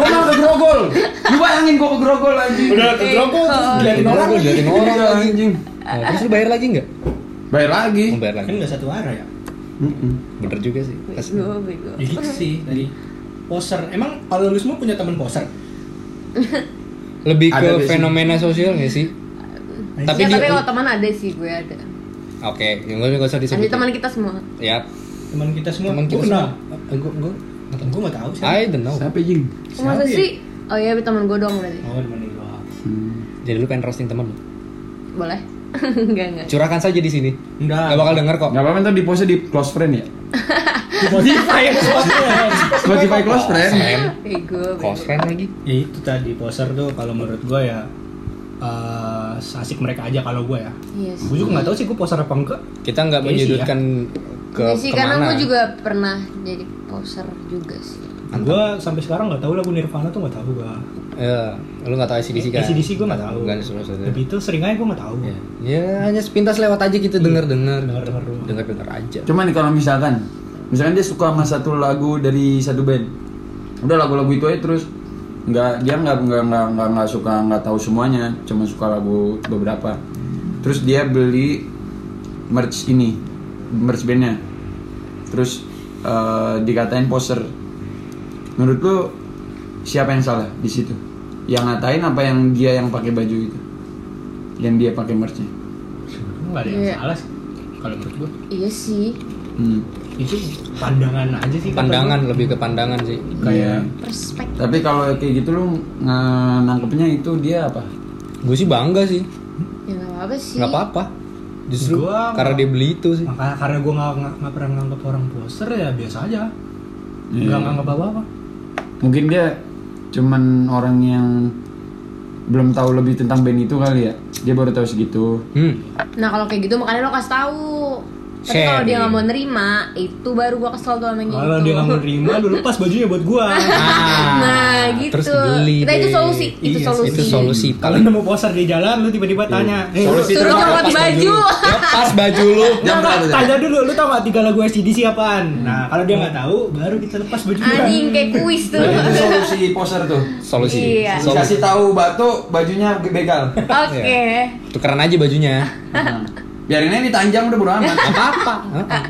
gue malah ke grogol lu bayangin gue ke grogol anjing Udah ke grogol terus Diliatin diliatin orang orang, lagi. diliatin orang Iya, lagi anjing Nah, terus lu bayar lagi nggak bayar lagi mau bayar Kan lagi nggak satu arah ya? Mm-mm. bener juga sih Asli. Bego, bego. Ya gitu sih tadi. Poser. Emang kalau lu semua punya teman poser? lebih Ada ke biasanya. fenomena sosial nggak sih tapi ya, Iya, di tapi kalau teman ada sih gue ada oke yang gue nggak usah ada disebut teman kita semua ya Teman kita semua. Teman Gua kita kenal. semua. Gue gue gue nggak tahu sih. I don't know siapa jing masa ya? sih oh iya teman gue doang berarti Oh teman gue. Hmm. jadi lu pengen roasting temen lu. Eh. boleh enggak enggak curahkan saja di sini Enggak. nggak bakal denger kok nggak apa-apa ntar di post di close friend ya Spotify Spotify close friend. Eh. Bego. Close friend lagi. ya itu tadi poser tuh kalau menurut gue ya eh asik mereka aja kalau gue ya Iya sih. gue juga nggak tahu sih gue poser apa enggak Kita nggak Iya sih, menyudutkan ke Iya sih, karena kemana. gue juga pernah jadi poser juga sih. gue sampai sekarang nggak tahu lagu Nirvana tuh nggak tahu gue Ya, lu nggak tahu ACDC kan? ACDC gue nggak tahu Nggak ada sama sekali. tapi itu sering aja gue nggak tahu Ya, ya hanya sepintas lewat aja Iya. gitu denger-denger. Denger-denger doang. Denger-denger aja. Cuman nih kalau misalkan, misalkan dia suka sama satu lagu dari satu band, udah lagu-lagu itu aja terus nggak dia nggak nggak nggak nggak, nggak suka nggak tahu semuanya, cuma suka lagu beberapa. Terus dia beli merch ini, merch bandnya. Terus eh, dikatain poser. Menurut lu siapa yang salah di situ? Yang ngatain apa yang dia yang pakai baju itu? Yang dia pakai merchnya? nggak ada yang Iya. salah sih kalau menurut gue Iya sih. Hmm. itu pandangan aja sih kata Pandangan lebih ke pandangan sih. Kayak Perspektif. Tapi kalau kayak gitu lu nge- nangkepnya itu dia apa? Gue sih bangga sih. Ya nggak apa-apa sih. Nggak apa-apa. Justru Gua- karena dia beli itu gua. sih. Maka, karena gue nggak nggak- nggak pernah nganggap orang poser ya biasa aja Iya. nggak nganggap apa apa Mungkin dia cuman orang yang belum tahu lebih tentang band itu kali ya. Dia baru tahu segitu. Hmm. Nah kalau kayak gitu makanya lo kasih tahu. Tapi Sharing. kalau dia nggak mau nerima, itu baru gue kesel tuh sama yang kalau gitu. dia nggak menerima lu lepas bajunya buat gue Ah, Nah gitu. Terus beli. Nah itu deh. solusi. itu Iya, solusi. Itu solusi. kalau nemu poser di jalan lu tiba-tiba tanya "Eh, Iya. lu- Solusi Suruh terus nyolot baju. Lepas baju lu. Jam berapa tuh? Hmm. Tanya dulu, lu tau gak tiga lagu SCDC apaan? Nah, kalau dia nggak tahu, baru kita lepas baju Anjing kayak kuis tuh. Iya. Itu solusi poser tuh. Solusi. Iya. Solusi. Kasih tahu batu bajunya begal. Oke. Iya. Tukeran aja bajunya. Hmm. Biarin aja ditanjang udah bodo amat. Gak apa-apa. Heeh.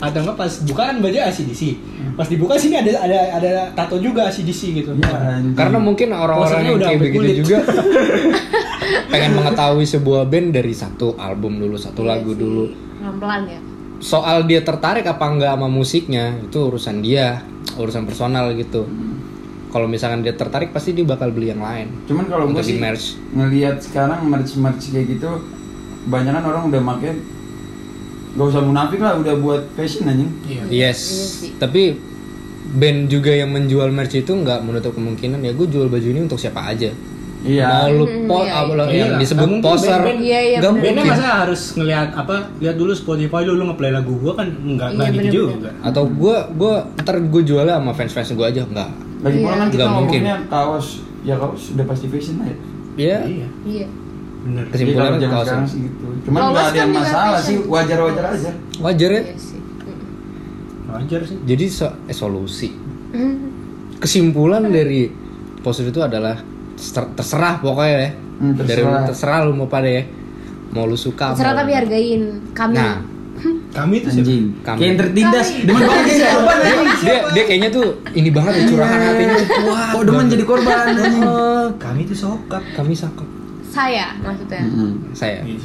Atau nggak pas bukaan baju ACDC Pas dibuka sini ada ada ada tato juga ACDC gitu Ya, anjing. Karena mungkin orang-orang Posernya yang udah kayak sampai begitu kulit. juga pengen mengetahui sebuah band dari satu album dulu, satu lagu dulu. Pelan-pelan ya. Soal dia tertarik apa enggak sama musiknya, itu urusan dia, urusan personal gitu. Kalau misalkan dia tertarik pasti dia bakal beli yang lain. Cuman kalau gue Untuk di sih merch. ngelihat sekarang merch-merch kayak gitu kebanyakan orang udah make gak usah munafik lah udah buat fashion anjing. Yes. Iya sih. Tapi band juga yang menjual merch itu nggak menutup kemungkinan ya gue jual baju ini untuk siapa aja. Iya. Mau lu Hmm, po- iya, apa iya. lah, yang Iya, disebut nggak mungkin poser, band-band- Iya, iya, nggak Bandnya mungkin. masa harus ngelihat apa? Lihat dulu Spotify dulu lu ngeplay lagu gua kan nggak nggak Iya, gitu bener-bener. juga. Atau gue gue ntar gue jualnya sama fans fans gue aja nggak. Lagi pula Iya. kan kita Nggak mungkin. ngomongnya kaos, ya kaos udah pasti fashion lah ya. Ya Iya, Iya. bener. Jadi kalau kesimpulannya zaman kaos sekarang sih gitu. Cuman Lolos nggak ada kan yang juga masalah sih, fashion. wajar-wajar aja. wajar ya. Iya sih. Wajar sih. Jadi so- eh, solusi. Kesimpulan dari poster itu adalah ter- terserah pokoknya ya. Hmm, Dari terserah. terserah lu mau pada ya. Mau lu suka. Terserah mau- tapi hargain kami. Nah, Kami itu siapa? Anjing. Kamu. Kayak yang tertindas, demen banget jadi korban ya. dia dia kayaknya tuh ini banget ya curahan hatinya. Wah, Kok demen jadi korban anjing. Kami itu sokap. kami sakit. Saya maksudnya. Mm-mm. Saya. Iya.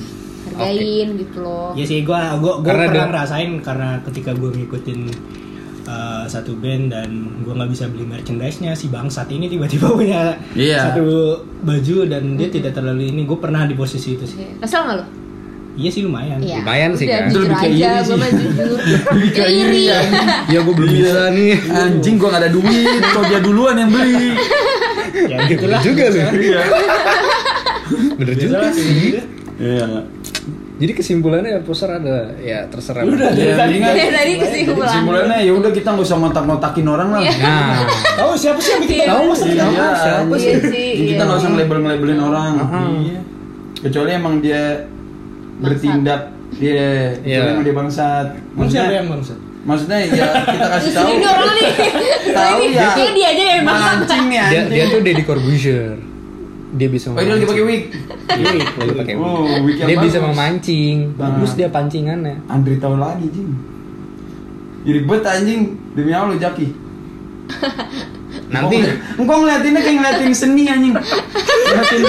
Hargain gitu loh. Ya sih gua gua, gua Karena pernah ada- ngerasain karena ketika gua ngikutin uh, satu band dan gua nggak bisa beli merchandise-nya si bangsat ini tiba-tiba punya Iya. satu baju dan dia tidak terlalu ini gue pernah di posisi itu sih Iya. Kesel nggak lo? iya sih lumayan Lumayan sih, Udah, kan? Jujur Itu lebih kayak aja, iri gue sih. mah jujur. Lebih Kayak kayak iri. iri, anjing. Ya gue belum Iya. bisa nih. Anjing gua gak ada duit, kok dia duluan yang beli. ya Bener gitulah juga sih. Iya. Bener juga. Biasalah kayak gitu. Iya. Jadi kesimpulannya poster ada ya terserah. Ya, mendingan Dari tadi kesimpulan. kesimpulannya ya udah kita nggak usah ngotak-ngotakin orang lah. Nah, tahu siapa sih yang bikin Iya. tahu maksudnya Iya, tahu siapa sih Iya sih. Kita iya. nggak usah ngelabel-ngelabelin orang. Iya. Kecuali emang dia bertindak dia kecuali Iya. emang dia bangsat. Emang siapa Maksudnya yang bangsat maksudnya ya kita kasih tahu. Ini dia orang nih. Eh, Tahu Ini ya. ini dia aja yang masak. Mancing nih dia dia anjing. tuh Deddy Corbuzier. Dia bisa Oh ini lagi pakai memancing. Iya, wig. Lagi pakai wig. Oh, wig yang Dia bisa bagus. memancing. Bagus Nah. dia pancingannya. Andri tahun lagi jing. Ribet anjing demi Allah Jaki. Nanti engkau ngeliatinnya kayak ngeliatin seni anjing. Ngeliatin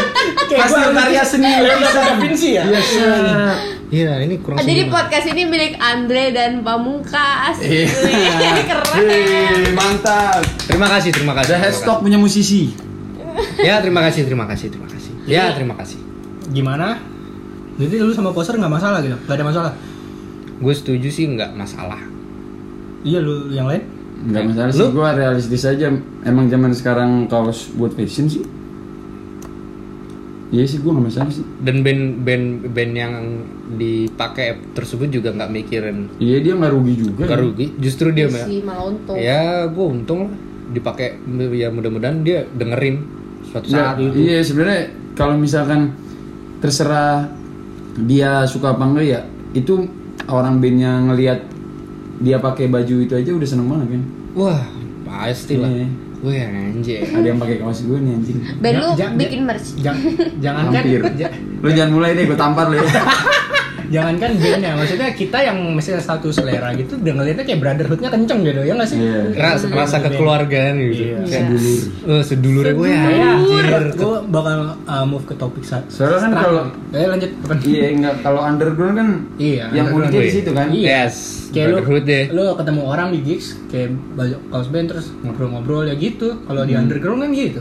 hasil karya seni lukisan. Vinci ya Yes. Iya, ini kurang Ah, Jadi sempurna. podcast ini milik Andre dan Pamungkas. Wih, Keren. Yeay, mantap. Terima kasih, terima kasih. Ada terima headstock punya musisi. kasih. Ya, terima kasih, terima kasih, terima kasih. Ya, terima kasih. gimana jadi lu sama poser nggak masalah gitu nggak ada masalah Gue setuju sih nggak masalah. Iya lu yang lain? Enggak masalah sih, gue realistis aja. Emang zaman sekarang kaos buat fashion sih. Iya sih, gue gak masalah sih. dan band band band yang dipakai tersebut juga nggak mikirin Iya dia nggak rugi juga. nggak rugi justru dia ya, si malah untung ya gue untung lah dipakai ya mudah-mudahan dia dengerin suatu Nggak, saat itu Iya sebenarnya kalau misalkan terserah dia suka apa enggak ya itu orang band yang ngelihat dia pakai baju itu aja udah seneng banget kan. wah pasti lah Iya. wah anjir Ada yang pakai kaos gue nih anjing. Ben lu Ja- ja- bikin merch Jangan jangan kan Hampir. Lo jangan mulai deh, gue tampar lo ya. jangan kan bandnya maksudnya kita yang misalnya satu selera gitu udah ngeliatnya kayak brotherhoodnya kenceng gitu ya nggak sih Iya. rasa rasa kekeluargaan gitu Iya. Kayak, eh, sedulurnya gue ya anjir gue Iya. bakal uh, move ke topik sa- Soalnya kan setelah. kalau- eh lanjut apa nih? Iya enggak kalau underground kan Iya, yang underground Iya. uniknya di gue. situ kan. yes kayak lu, brotherhood ya. deh lu ketemu orang di gigs kayak baju kaos band terus ngobrol-ngobrol ya gitu kalau Hmm. di underground kan gitu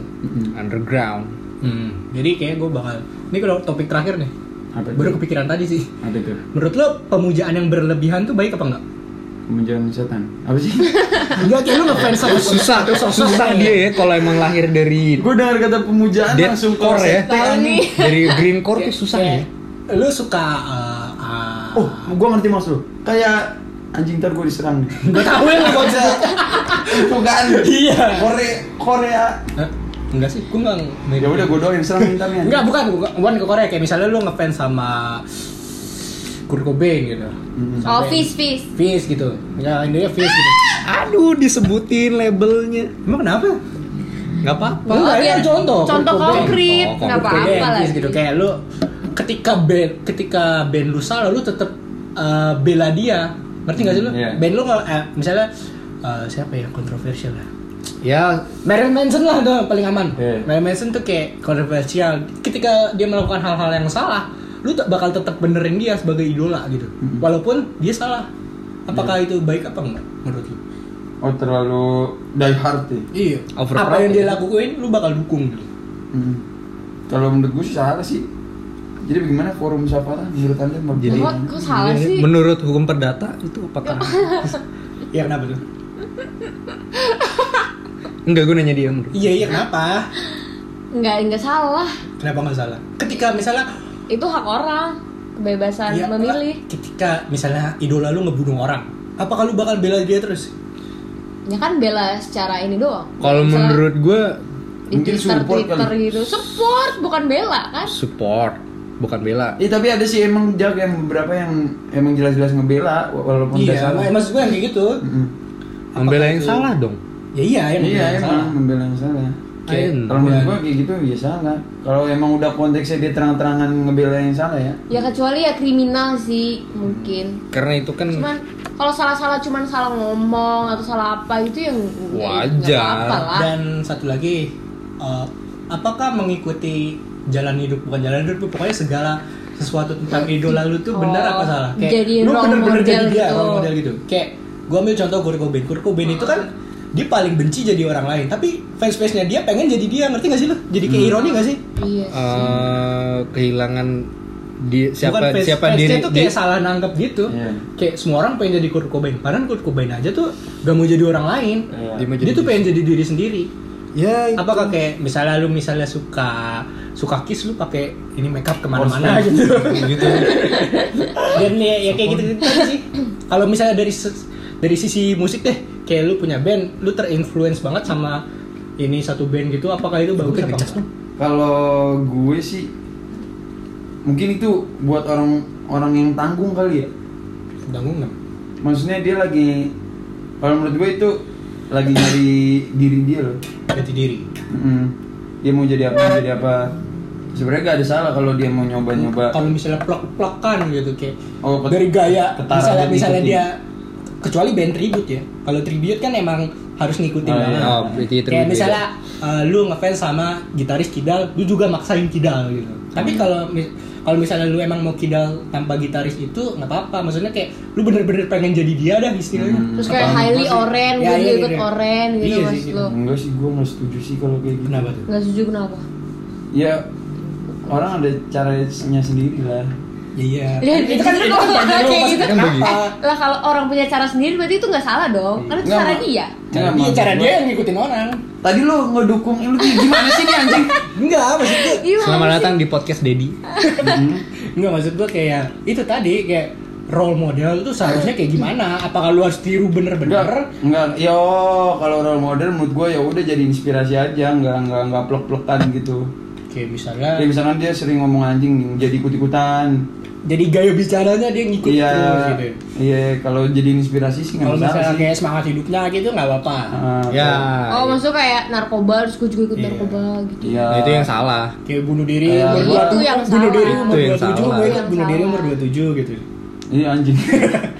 underground Hmm. jadi kayak gue bakal ini kalau topik terakhir nih Apa itu? baru kepikiran tadi sih Apa itu? menurut lo pemujaan yang berlebihan tuh baik apa enggak? Kemunculan setan. Apa sih? Enggak, kayak lu ngefans sama susah susah dia ya kalau emang lahir dari gue dengar kata Kan pemujaan langsung death core ya Tahu nih. dari green core Iya. tuh susah ya Kayak Lu suka uh, uh, Oh, gue ngerti maksud lu. Kayak anjing ntar gue diserang nih. Gua tahu ya lu Korea, bukan. Iya. Korea, Korea. Hah? Enggak sih, gue enggak Ya udah gue doain serang nih ntar nih. Enggak, bukan, bukan, bukan ke Korea Kayak misalnya lu ngefans sama Kurt Cobain gitu oh Sampai- fish fish Fish gitu Ya, intinya Fish gitu aduh disebutin labelnya Emang kenapa? nggak apa-apa Enggak, ini biar- contoh, Iya. contoh Kurt Cobain. konkret Contoh nggak Kurt Cobain, apa-apa lah Fish gitu Kayak lu ketika band ketika band lu salah lu tetap uh, bela dia ngerti gak sih lu? Iya. Band lu kalau eh, misalnya uh, siapa ya kontroversial ya? ya Marilyn Manson lah tuh paling aman. Iya. Marilyn Manson tuh kayak kontroversial. Ketika dia melakukan hal-hal yang salah, lu tak bakal tetap benerin dia sebagai idola gitu. Walaupun dia salah. Apakah itu baik apa enggak menurut lu? Oh terlalu die hard ya. Iya. Overproud. Apa yang dia lakuin, lu bakal dukung gitu. Hmm. Kalau menurut gue sih salah sih. Jadi bagaimana forum musyawarah menurut anda mau Jadi- kok, kok salah sih menurut hukum perdata itu apakah Iya kenapa tuh? enggak gue nanya dia menurut Iya iya kenapa? nggak nggak salah Kenapa nggak salah? Ketika misalnya itu hak orang kebebasan Iya, memilih Ketika misalnya idola lu ngebunuh orang, apakah lu bakal bela dia terus? ya kan bela secara ini doang kalau Misalnya menurut gue di Mungkin Twitter, support Twitter kali. gitu support bukan bela kan support bukan bela Iya tapi ada sih emang jag yang beberapa yang emang jelas-jelas ngebela wa- walaupun udah Iya, salah. maksud gue yang kayak gitu. Mm-mm. membela yang itu- salah dong Ya iya yang Iya yang emang membela yang salah. Kayak- iya. Kalau menurut Dan- gue kayak gitu ya salah. Kalau emang udah konteksnya dia terang-terangan ngebela yang salah ya. ya kecuali ya kriminal sih mungkin karena itu kan cuman kalau salah-salah cuman salah ngomong atau salah apa gitu, ya itu yang Wajar. apa lah Dan satu lagi, eh, apakah mengikuti jalan hidup bukan jalan hidup pokoknya segala sesuatu tentang idola lu tuh benar Oh, apa salah? jadi lu role bener-bener jadi model dia gitu. role model gitu. Kayak gua ambil contoh Kurt Cobain. Kurt Cobain itu kan dia paling benci jadi orang lain, tapi fanspace-nya dia pengen jadi dia, ngerti gak sih lu? Jadi kayak Hmm. ironi gak sih? iya eh, kehilangan di Bukan siapa fans, siapa fansnya diri tuh di- kayak salah nangkep gitu. Iya. Kayak semua orang pengen jadi Kurt Cobain, padahal Kurt Cobain aja tuh gak mau jadi orang lain. Iya. dia mau Dia jadi tuh pengen jadi diri sendiri. ya itu. apakah kayak misalnya lu misalnya suka suka kiss lu pakai ini makeup kemana-mana Cosplay. gitu gitu dan ya, ya kayak gitu gitu sih kalau misalnya dari se- dari sisi musik deh kayak lu punya band lu terinfluence banget sama ini satu band gitu apakah itu bagus apa enggak? Kalau gue sih mungkin itu buat orang orang yang tanggung kali ya. Ganggu nggak? Maksudnya dia lagi kalau menurut gue itu lagi nyari diri dia loh. jati diri Mm-mm. Dia mau jadi apa mau jadi apa. Sebenarnya gak ada salah kalau dia mau nyoba-nyoba. kalau misalnya plak plakan gitu kayak Oh, ket- dari gaya ketara misalnya dan misalnya ngikutin. dia kecuali band tribute ya kalau tribute kan emang harus ngikutin Oh, iya. banget oh, berarti itu kayak beda. misalnya uh, lu ngefans sama gitaris kidal lu juga maksain kidal gitu Hmm. tapi kalau mi- kalau misalnya lu emang mau kidal tanpa gitaris itu nggak apa-apa maksudnya kayak lu bener-bener pengen jadi dia dah istilahnya Hmm. terus kayak Apaan? highly orange gue Ya, iya, juga ikut iya. orange gitu Iya mas sih, lo Enggak sih gue nggak setuju sih kalau kayak gitu. kenapa tuh nggak setuju kenapa Ya orang ada caranya sendiri lah. Iya. Lihat itu kan itu kan kayak gitu. Kan begitu. Ah. Lah kalau orang punya cara sendiri berarti itu nggak salah dong. Karena itu Nggak, cara Mak. dia. Nggak, Iya maksud cara gua- dia yang ngikutin orang. Tadi lu ngedukung lu gimana sih nih anjing? Enggak, maksud gue Gimana Selamat sih? datang di podcast Dedi. Hmm. Enggak maksud gue kayak itu tadi kayak role model tuh seharusnya kayak gimana? Apakah lu harus tiru Enggak, bener-bener? enggak. Yo, kalau role model menurut gue ya udah jadi inspirasi aja, enggak enggak enggak plek-plekan gitu. Kayak Eh. misalnya Kayak misalnya dia sering ngomong anjing jadi ikut-ikutan. jadi gaya bicaranya dia ngikut Iya. terus gitu. ya. Iya, kalau jadi inspirasi sih Kalau enggak misalnya masalah sih. kayak semangat hidupnya gitu nggak apa-apa. Ah, Ya. Oh, maksudnya kayak narkoba, terus gue juga ikut Iya. narkoba gitu. Iya. Nah, itu yang salah. Kayak bunuh diri Iya, umur itu dua- yang bunuh salah. diri Itu umur yang 27 salah. gue Itu ingat yang bunuh diri salah. umur 27 gitu. Iya anjing.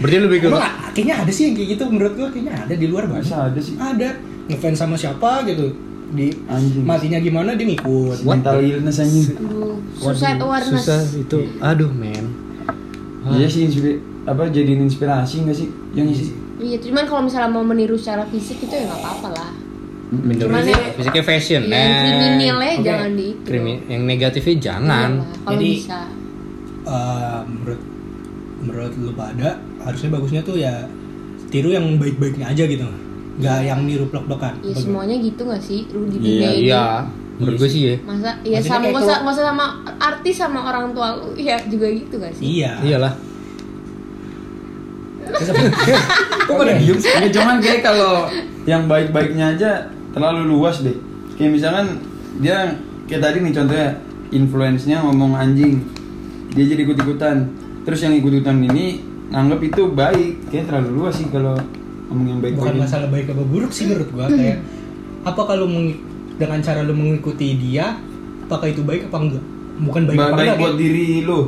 Berarti lebih ke Emang kayaknya ada sih yang kayak gitu menurut gue kayaknya ada di luar banyak. Masa ada sih Ada ngefans sama siapa gitu di anjing. matinya gimana dia ngikut. What? Mental illness anjing. Aduh, susah awareness. susah itu. Aduh, men. Iya sih inspi- apa jadiin inspirasi enggak sih? Yang isi. Iya, cuman kalau misalnya mau meniru secara fisik itu ya nggak apa-apa lah. Cuman Menurut ya, fisiknya fashion. yang kriminalnya oke. jangan di itu. Krimi- yang negatifnya jangan. Iya lah, Kalau Jadi- bisa. Eh, Ah, menurut menurut lu pada harusnya bagusnya tuh ya tiru yang baik-baiknya aja gitu. Nggak yang niru plek-plekan. Ya Bagus. semuanya gitu nggak sih? Lu Iya, di dunia ini. iya. Menurut gue sih ya. Masa Maksudnya kayak ya sama nggak usah kalau- nggak usah sama artis sama orang tua lu ya juga gitu nggak sih? Iya. Iyalah. Kok pada diem sih? Ya, cuman kayak kalau yang baik-baiknya aja terlalu luas deh. Kayak misalkan dia kayak tadi nih contohnya influence-nya ngomong anjing. Dia jadi ikut-ikutan. Terus yang ikut-ikutan ini nganggap itu baik. Kayak terlalu luas sih kalau ngomong yang baik Hmm. bukan masalah baik apa buruk sih menurut gua kayak apa kalau mengi- dengan cara lu mengikuti dia apakah itu baik apa enggak bukan baik, baik, apa enggak buat kayak- diri lu.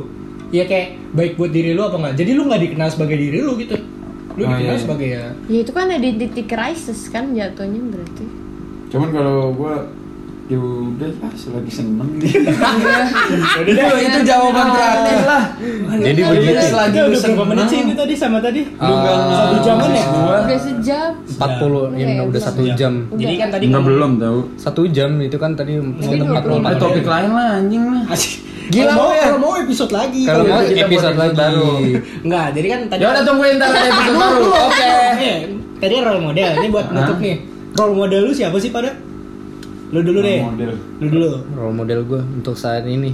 ya kayak baik buat diri lu apa enggak jadi lu nggak dikenal sebagai diri lu gitu lu Oh, dikenal iya. sebagai ya Ya itu kan identity crisis kan jatuhnya berarti. Cuman kalau gua ya udah lah selagi seneng gitu. dia. Ah, Udah, itu jawaban terakhir lah. Jadi begitu. selagi Kita lu Iya, udah berapa menit sih seneng. ini tadi sama tadi Lu nggak Satu jaman ya? Gua. Udah sejam. 40 yang Oke, udah satu udah. jam. Udah. jadi kan tadi Enggak ngomong- belum tahu. Satu jam itu kan tadi dua ngomong puluh 44 Ada menit. topik lain lah anjing lah. Asik. Gila, kalau mau, lu ya. kalau mau episode lagi Kalau mau Kita buat episode episode lagi. baru. Enggak, jadi kan tadi Ya udah tungguin ntar ada episode baru. Oke. Eh, tadi role model ini buat nutup nih role model lu siapa sih pada lu dulu deh Model. lu dulu Role model gue untuk saat ini.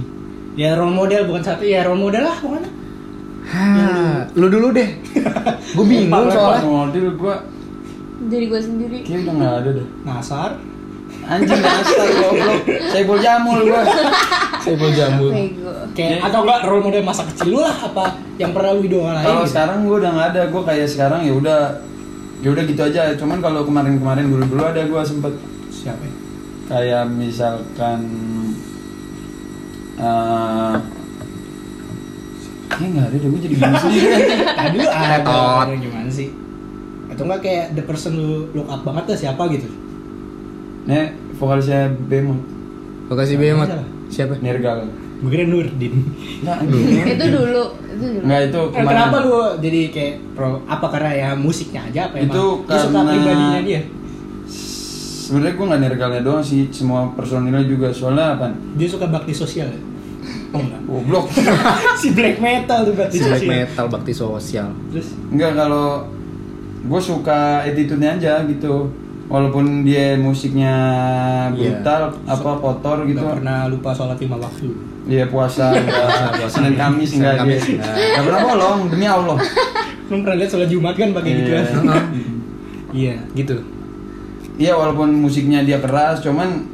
Ya role model bukan satu, ya role model lah pokoknya. Hah, Ya, lu dulu deh. gue bingung soalnya. model gua Dari gue sendiri. kayak udah enggak ada deh. Nasar. Anjing dasar goblok. Saya bol jamul gua. Saya mau jamu. Bego. Kayak atau enggak role model masa kecil lu lah apa yang pernah lu idolain Kalau gitu. sekarang gua udah enggak ada, gua kayak sekarang ya udah ya udah gitu aja. Cuman kalau kemarin-kemarin dulu-dulu ada gua sempet Siapa? ya? kayak misalkan eh Kayaknya nggak ada deh, gue jadi bingung sendiri anjing. Tadi lu ada Repot. role model gimana sih? Atau enggak kayak the person lu look up banget tuh siapa gitu. Nih, vokalisnya Bemot Makasih banyak. Siapa? Nergal Gue kira Nurdin. Nah, anjing. Itu dulu. Itu dulu. Nah. Nggak itu Eh, kemarin. Kenapa lu jadi kayak pro apa karena ya musiknya aja Itu apa emang? Lu suka karena- pribadinya dia. Sebenarnya gue nggak nergalnya doang sih, semua personilnya juga soalnya apa? Dia suka bakti sosial ya. Oh enggak. Goblok. si black metal tuh Si bakti black sosial. metal bakti sosial. Terus Enggak kalau gue suka attitude-nya aja gitu. Walaupun dia musiknya Iya. brutal, apa kotor gitu. nggak pernah lupa sholat lima waktu. Iya puasa, enggak. Senin Kamis Senin enggak dia. Kamis, enggak. Enggak pernah bolong demi Allah. Lu pernah lihat sholat Jumat kan pakai gitu Iya. kan? Iya, gitu. Iya walaupun musiknya dia keras, cuman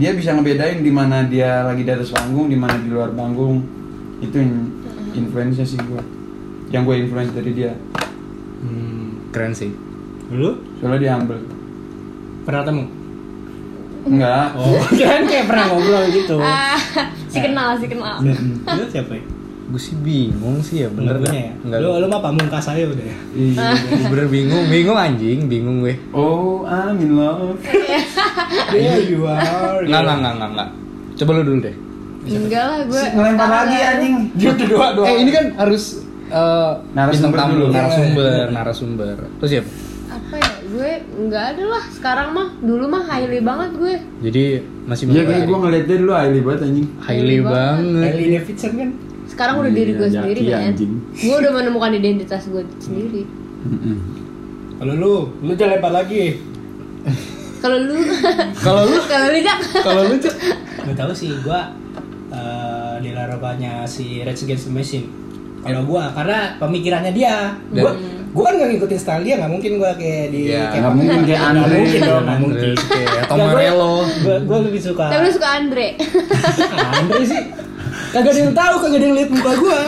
dia bisa ngebedain di mana dia lagi di atas panggung, di mana di luar panggung. Itu yang influence sih gue. Yang gue influence dari dia. Hmm. Keren sih. Lu Soalnya dia humble. pernah temu? Enggak. Oh, kan kayak pernah ngobrol gitu. Nah, Ah, si kenal, si kenal. Lu siapa ya? Gue sih bingung sih ya Bener bener punya ya? Enggak. Lu, lu mah pamungkas saya udah ya? Iya. Gua bener bingung, bingung anjing, bingung gue. Oh, I'm in love. Iya, you are Enggak, enggak, enggak, enggak, enggak. Coba lu dulu deh. Enggak lah gue. Ngelempar lagi ya, anjing. Gitu dua Eh, ini kan harus eh, Narasumber bintang tamu, dulu. narasumber, narasumber. Terus siapa? Apa ya? Gue enggak ada lah. Sekarang mah dulu mah highly banget gue. Jadi masih Iya, kayak menghargai. gue ngeliat dia dulu ahli banget anjing. highly Highly banget. Harley Davidson kan? sekarang udah diri gue Iya, sendiri jaki, men anjing. gue udah menemukan identitas gue sendiri Kalau lu, lu jangan lempar lagi. kalau lu Kalau lu, kalau lu Jak, kalau lu Cuk. Gak tau sih, gue di larabanya si Rage Against the Machine. Kalau gue, karena pemikirannya dia. Dan- Gue Hmm. gue kan gak ngikutin style dia, gak mungkin gue kayak di Iya, kayak gitu. nggak mungkin kayak Nggak Andre. mungkin dong, nggak mungkin. kayak Tomarello Gue gue lebih suka Ah, tapi lu suka Andre Andre sih. Kagak ada yang tahu, kagak ada yang lihat muka gue.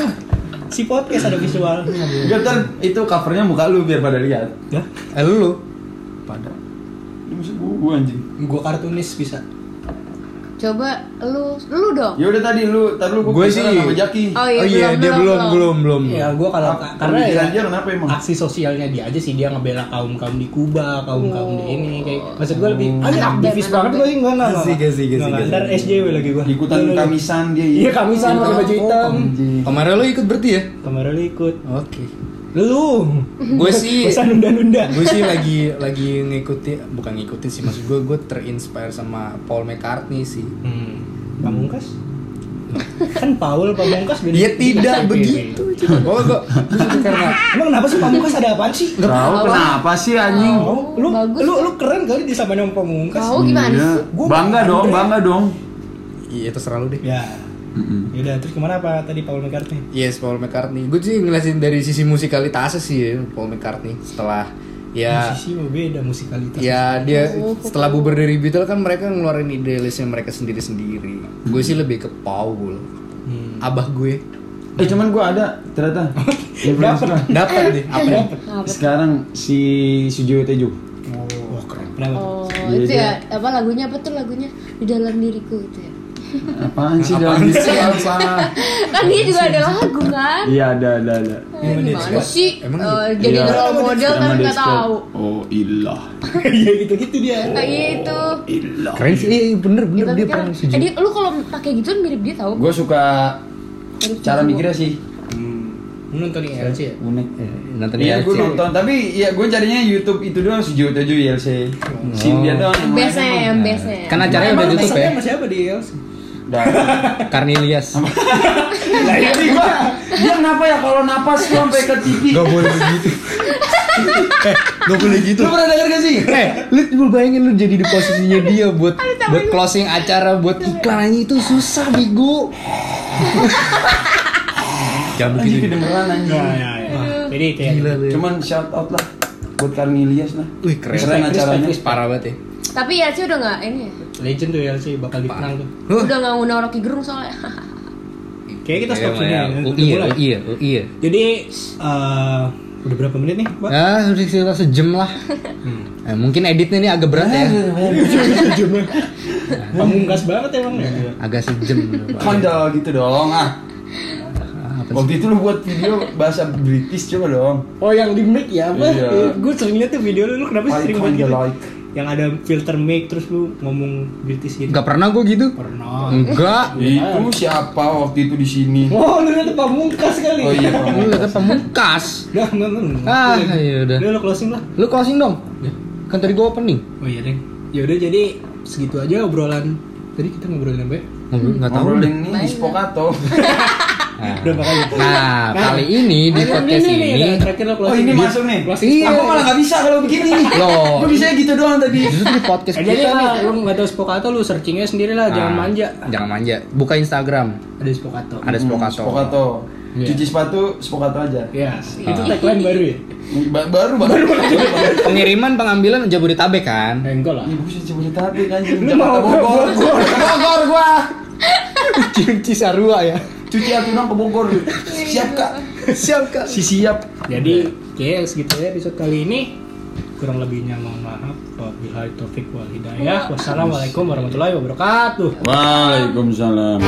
Si podcast ada visual. Gak ntar Iya, kan? itu covernya muka lu biar pada lihat. Dah, eh lu lu Pada. Ini maksud gua, gua anjing. gue kartunis bisa. coba lu lu dong Ya udah tadi lu, tadi lu Gue gua sih- penasaran sama Jaki. Oh, oh iya dia belum belum belum Ya gue kalau Ah, karena pemikiran ya, dia kenapa emang? aksi sosialnya dia aja sih dia ngebela kaum kaum di Kuba, kaum kaum di ini kayak maksud gue lebih Anak anjing aktivis band, anak banget gue sih enggak enggak. Gasi, gasi, gasi, gasi. Ntar SJW lagi gue. Ikutan kamisan dia. Iya kamisan pakai baju hitam. Anjing. Tomarello ikut berarti ya Kemarin lu ikut. oke Lu. gue sih Masa nunda-nunda. gue sih lagi lagi ngikutin bukan ngikutin sih maksud gue gue terinspire sama Paul McCartney sih Hmm. Pamungkas? kan Paul Pamungkas beda. Iya, dia Iya, tidak begitu Cuk. oh gue karena Emang kenapa sih Pamungkas ada apaan sih? Tahu kenapa sih anjing? Oh, lu, Bagus. lu, lu keren kali di sama dengan Pamungkas. mau gimana Iya. sih Gua Bangga mau ya. dong, Andre. bangga dong. iya terserah lu deh Ya. Yaudah, terus kemana apa tadi Paul McCartney? Yes, Paul McCartney. Gue sih ngeliatin dari sisi musikalitasnya sih ya, Paul McCartney. Setelah ya Musisi mah beda musikalitas. ya dia setelah bubar dari Beatles kan mereka ngeluarin idealisnya mereka sendiri-sendiri. Gue sih lebih ke Paul. Hmm. Abah gue Eh cuman gua ada ternyata. Influence gua. dapat deh apa ya? nih? Sekarang si Sujiwo Tejo. Oh, keren. Kenapa? tuh? oh Iya, itu dia- ya apa lagunya apa tuh lagunya di dalam diriku itu ya Apaan sih dalam Apaan diri? sih Elsa? kan dia juga ada lagu kan Iya ada ada ada. Eh, gimana sih Emang dia- Eh, jadi Iya. role model Sama tapi nggak Dexter. tahu Oh ilah. Iya gitu-gitu dia. kayak itu Ilah. Keren sih, iya, bener Ya, bener tapi dia kan, pernah eh, sejuk. dia- lu kalau pakai gituan mirip dia tau Gue suka cara mikirnya sih Lu nonton IRC ya? Nah, unik. Eh, Nonton Hmm. Iya IRC. gue nonton tapi ya gue carinya YouTube itu doang Sujiwo Tejo ILC. Si dia doang. yang Eh, lain biasanya emang. yang biasanya Kan acaranya udah Emang tutup pesannya ya. sama siapa di Els? Dah. Karnilias. Lah ya sih gua. Dia kenapa ya kalau napas tuh sampai ke TV? Gak boleh begitu. eh, gak boleh gitu. Lu pernah denger gak sih? Eh, lu lu bayangin lu jadi di posisinya dia buat buat closing acara, buat iklan aja itu susah bego. Jangan Anjing begitu. kedengeran anjing. Ya, ya, ya. Jadi kayak Gila lu. ya. Cuman shout out lah buat Karnilias lah. Wih, keren. iya. Keren acaranya. Parah banget ya. tapi ya sih udah nggak ini ya legend tuh LC bakal dikenang tuh. Huh. udah nggak ngundang Rocky Gerung soalnya Kayak kita stop sini ya. Oh Udah iya, mulai. oh iya, oh iya. Jadi eh, udah berapa menit nih, Mbak? Ah, udah sekitar sejam lah. Hmm. Eh, mungkin editnya ini agak berat ya. Pamungkas banget emang ya. Agak sejam. Kondol gitu dong ah. Ah, apa sih? Waktu itu lu buat video bahasa British coba dong. Oh yang di mic ya apa? Iya. Gue sering liat tuh video lu, lu kenapa sih I sering banget kinda gitu? like. Yang ada filter mic terus lu ngomong British gitu. Gak pernah gue gitu. Pernah. Enggak. Itu siapa waktu itu di sini? Oh lu liat pamungkas kali. Oh iya, Lu Pramugkas. kata pamungkas. Udah, enggak, enggak. Ah, ya udah. Udah lu closing lah. Lu closing dong. Kan tadi gue opening. Oh iya, Deng. Ya udah jadi segitu aja obrolan. Tadi kita ngobrolin apa ya? Nggak tahu deh. Ngobrolin ini di Spokato. Ah. Udah bakal gitu. Nah, kali ini di podcast nih, ini dah, Terakhir lu Oh closing. ini masuk nih. Iya. Aku malah nggak bisa kalau begini nih. Loh. Iya. Gue bisa gitu doang tadi. justru di podcast Eh, kita jadi nih. kalau lu nggak tahu Spokato lu searchingnya sendiri lah, jangan Ah. Nah, manja. Jangan manja. Buka Instagram, Ada Spokato. ada Spokato. Hmm, Spokato. Iya. Cuci sepatu Spokato aja. Iya. Ya, itu tagline Ah. baru ya? Ba- baru baru. Baru. Pengiriman pengambilan Jabodetabek kan? Eh, enggak lah. Ibu bisa Jabodetabek anjing. Lu Jakarta mau Bogor. Bogor gua. Cuci Sarua ya. Cuci aturan ke Bogor. Siap kak. Siap Kak. Si siap. Jadi, Iya. oke segitu ya episode kali ini. Kurang lebihnya mohon maaf. Wabillahi taufik wal hidayah. Wassalamualaikum warahmatullahi wabarakatuh. Waalaikumsalam.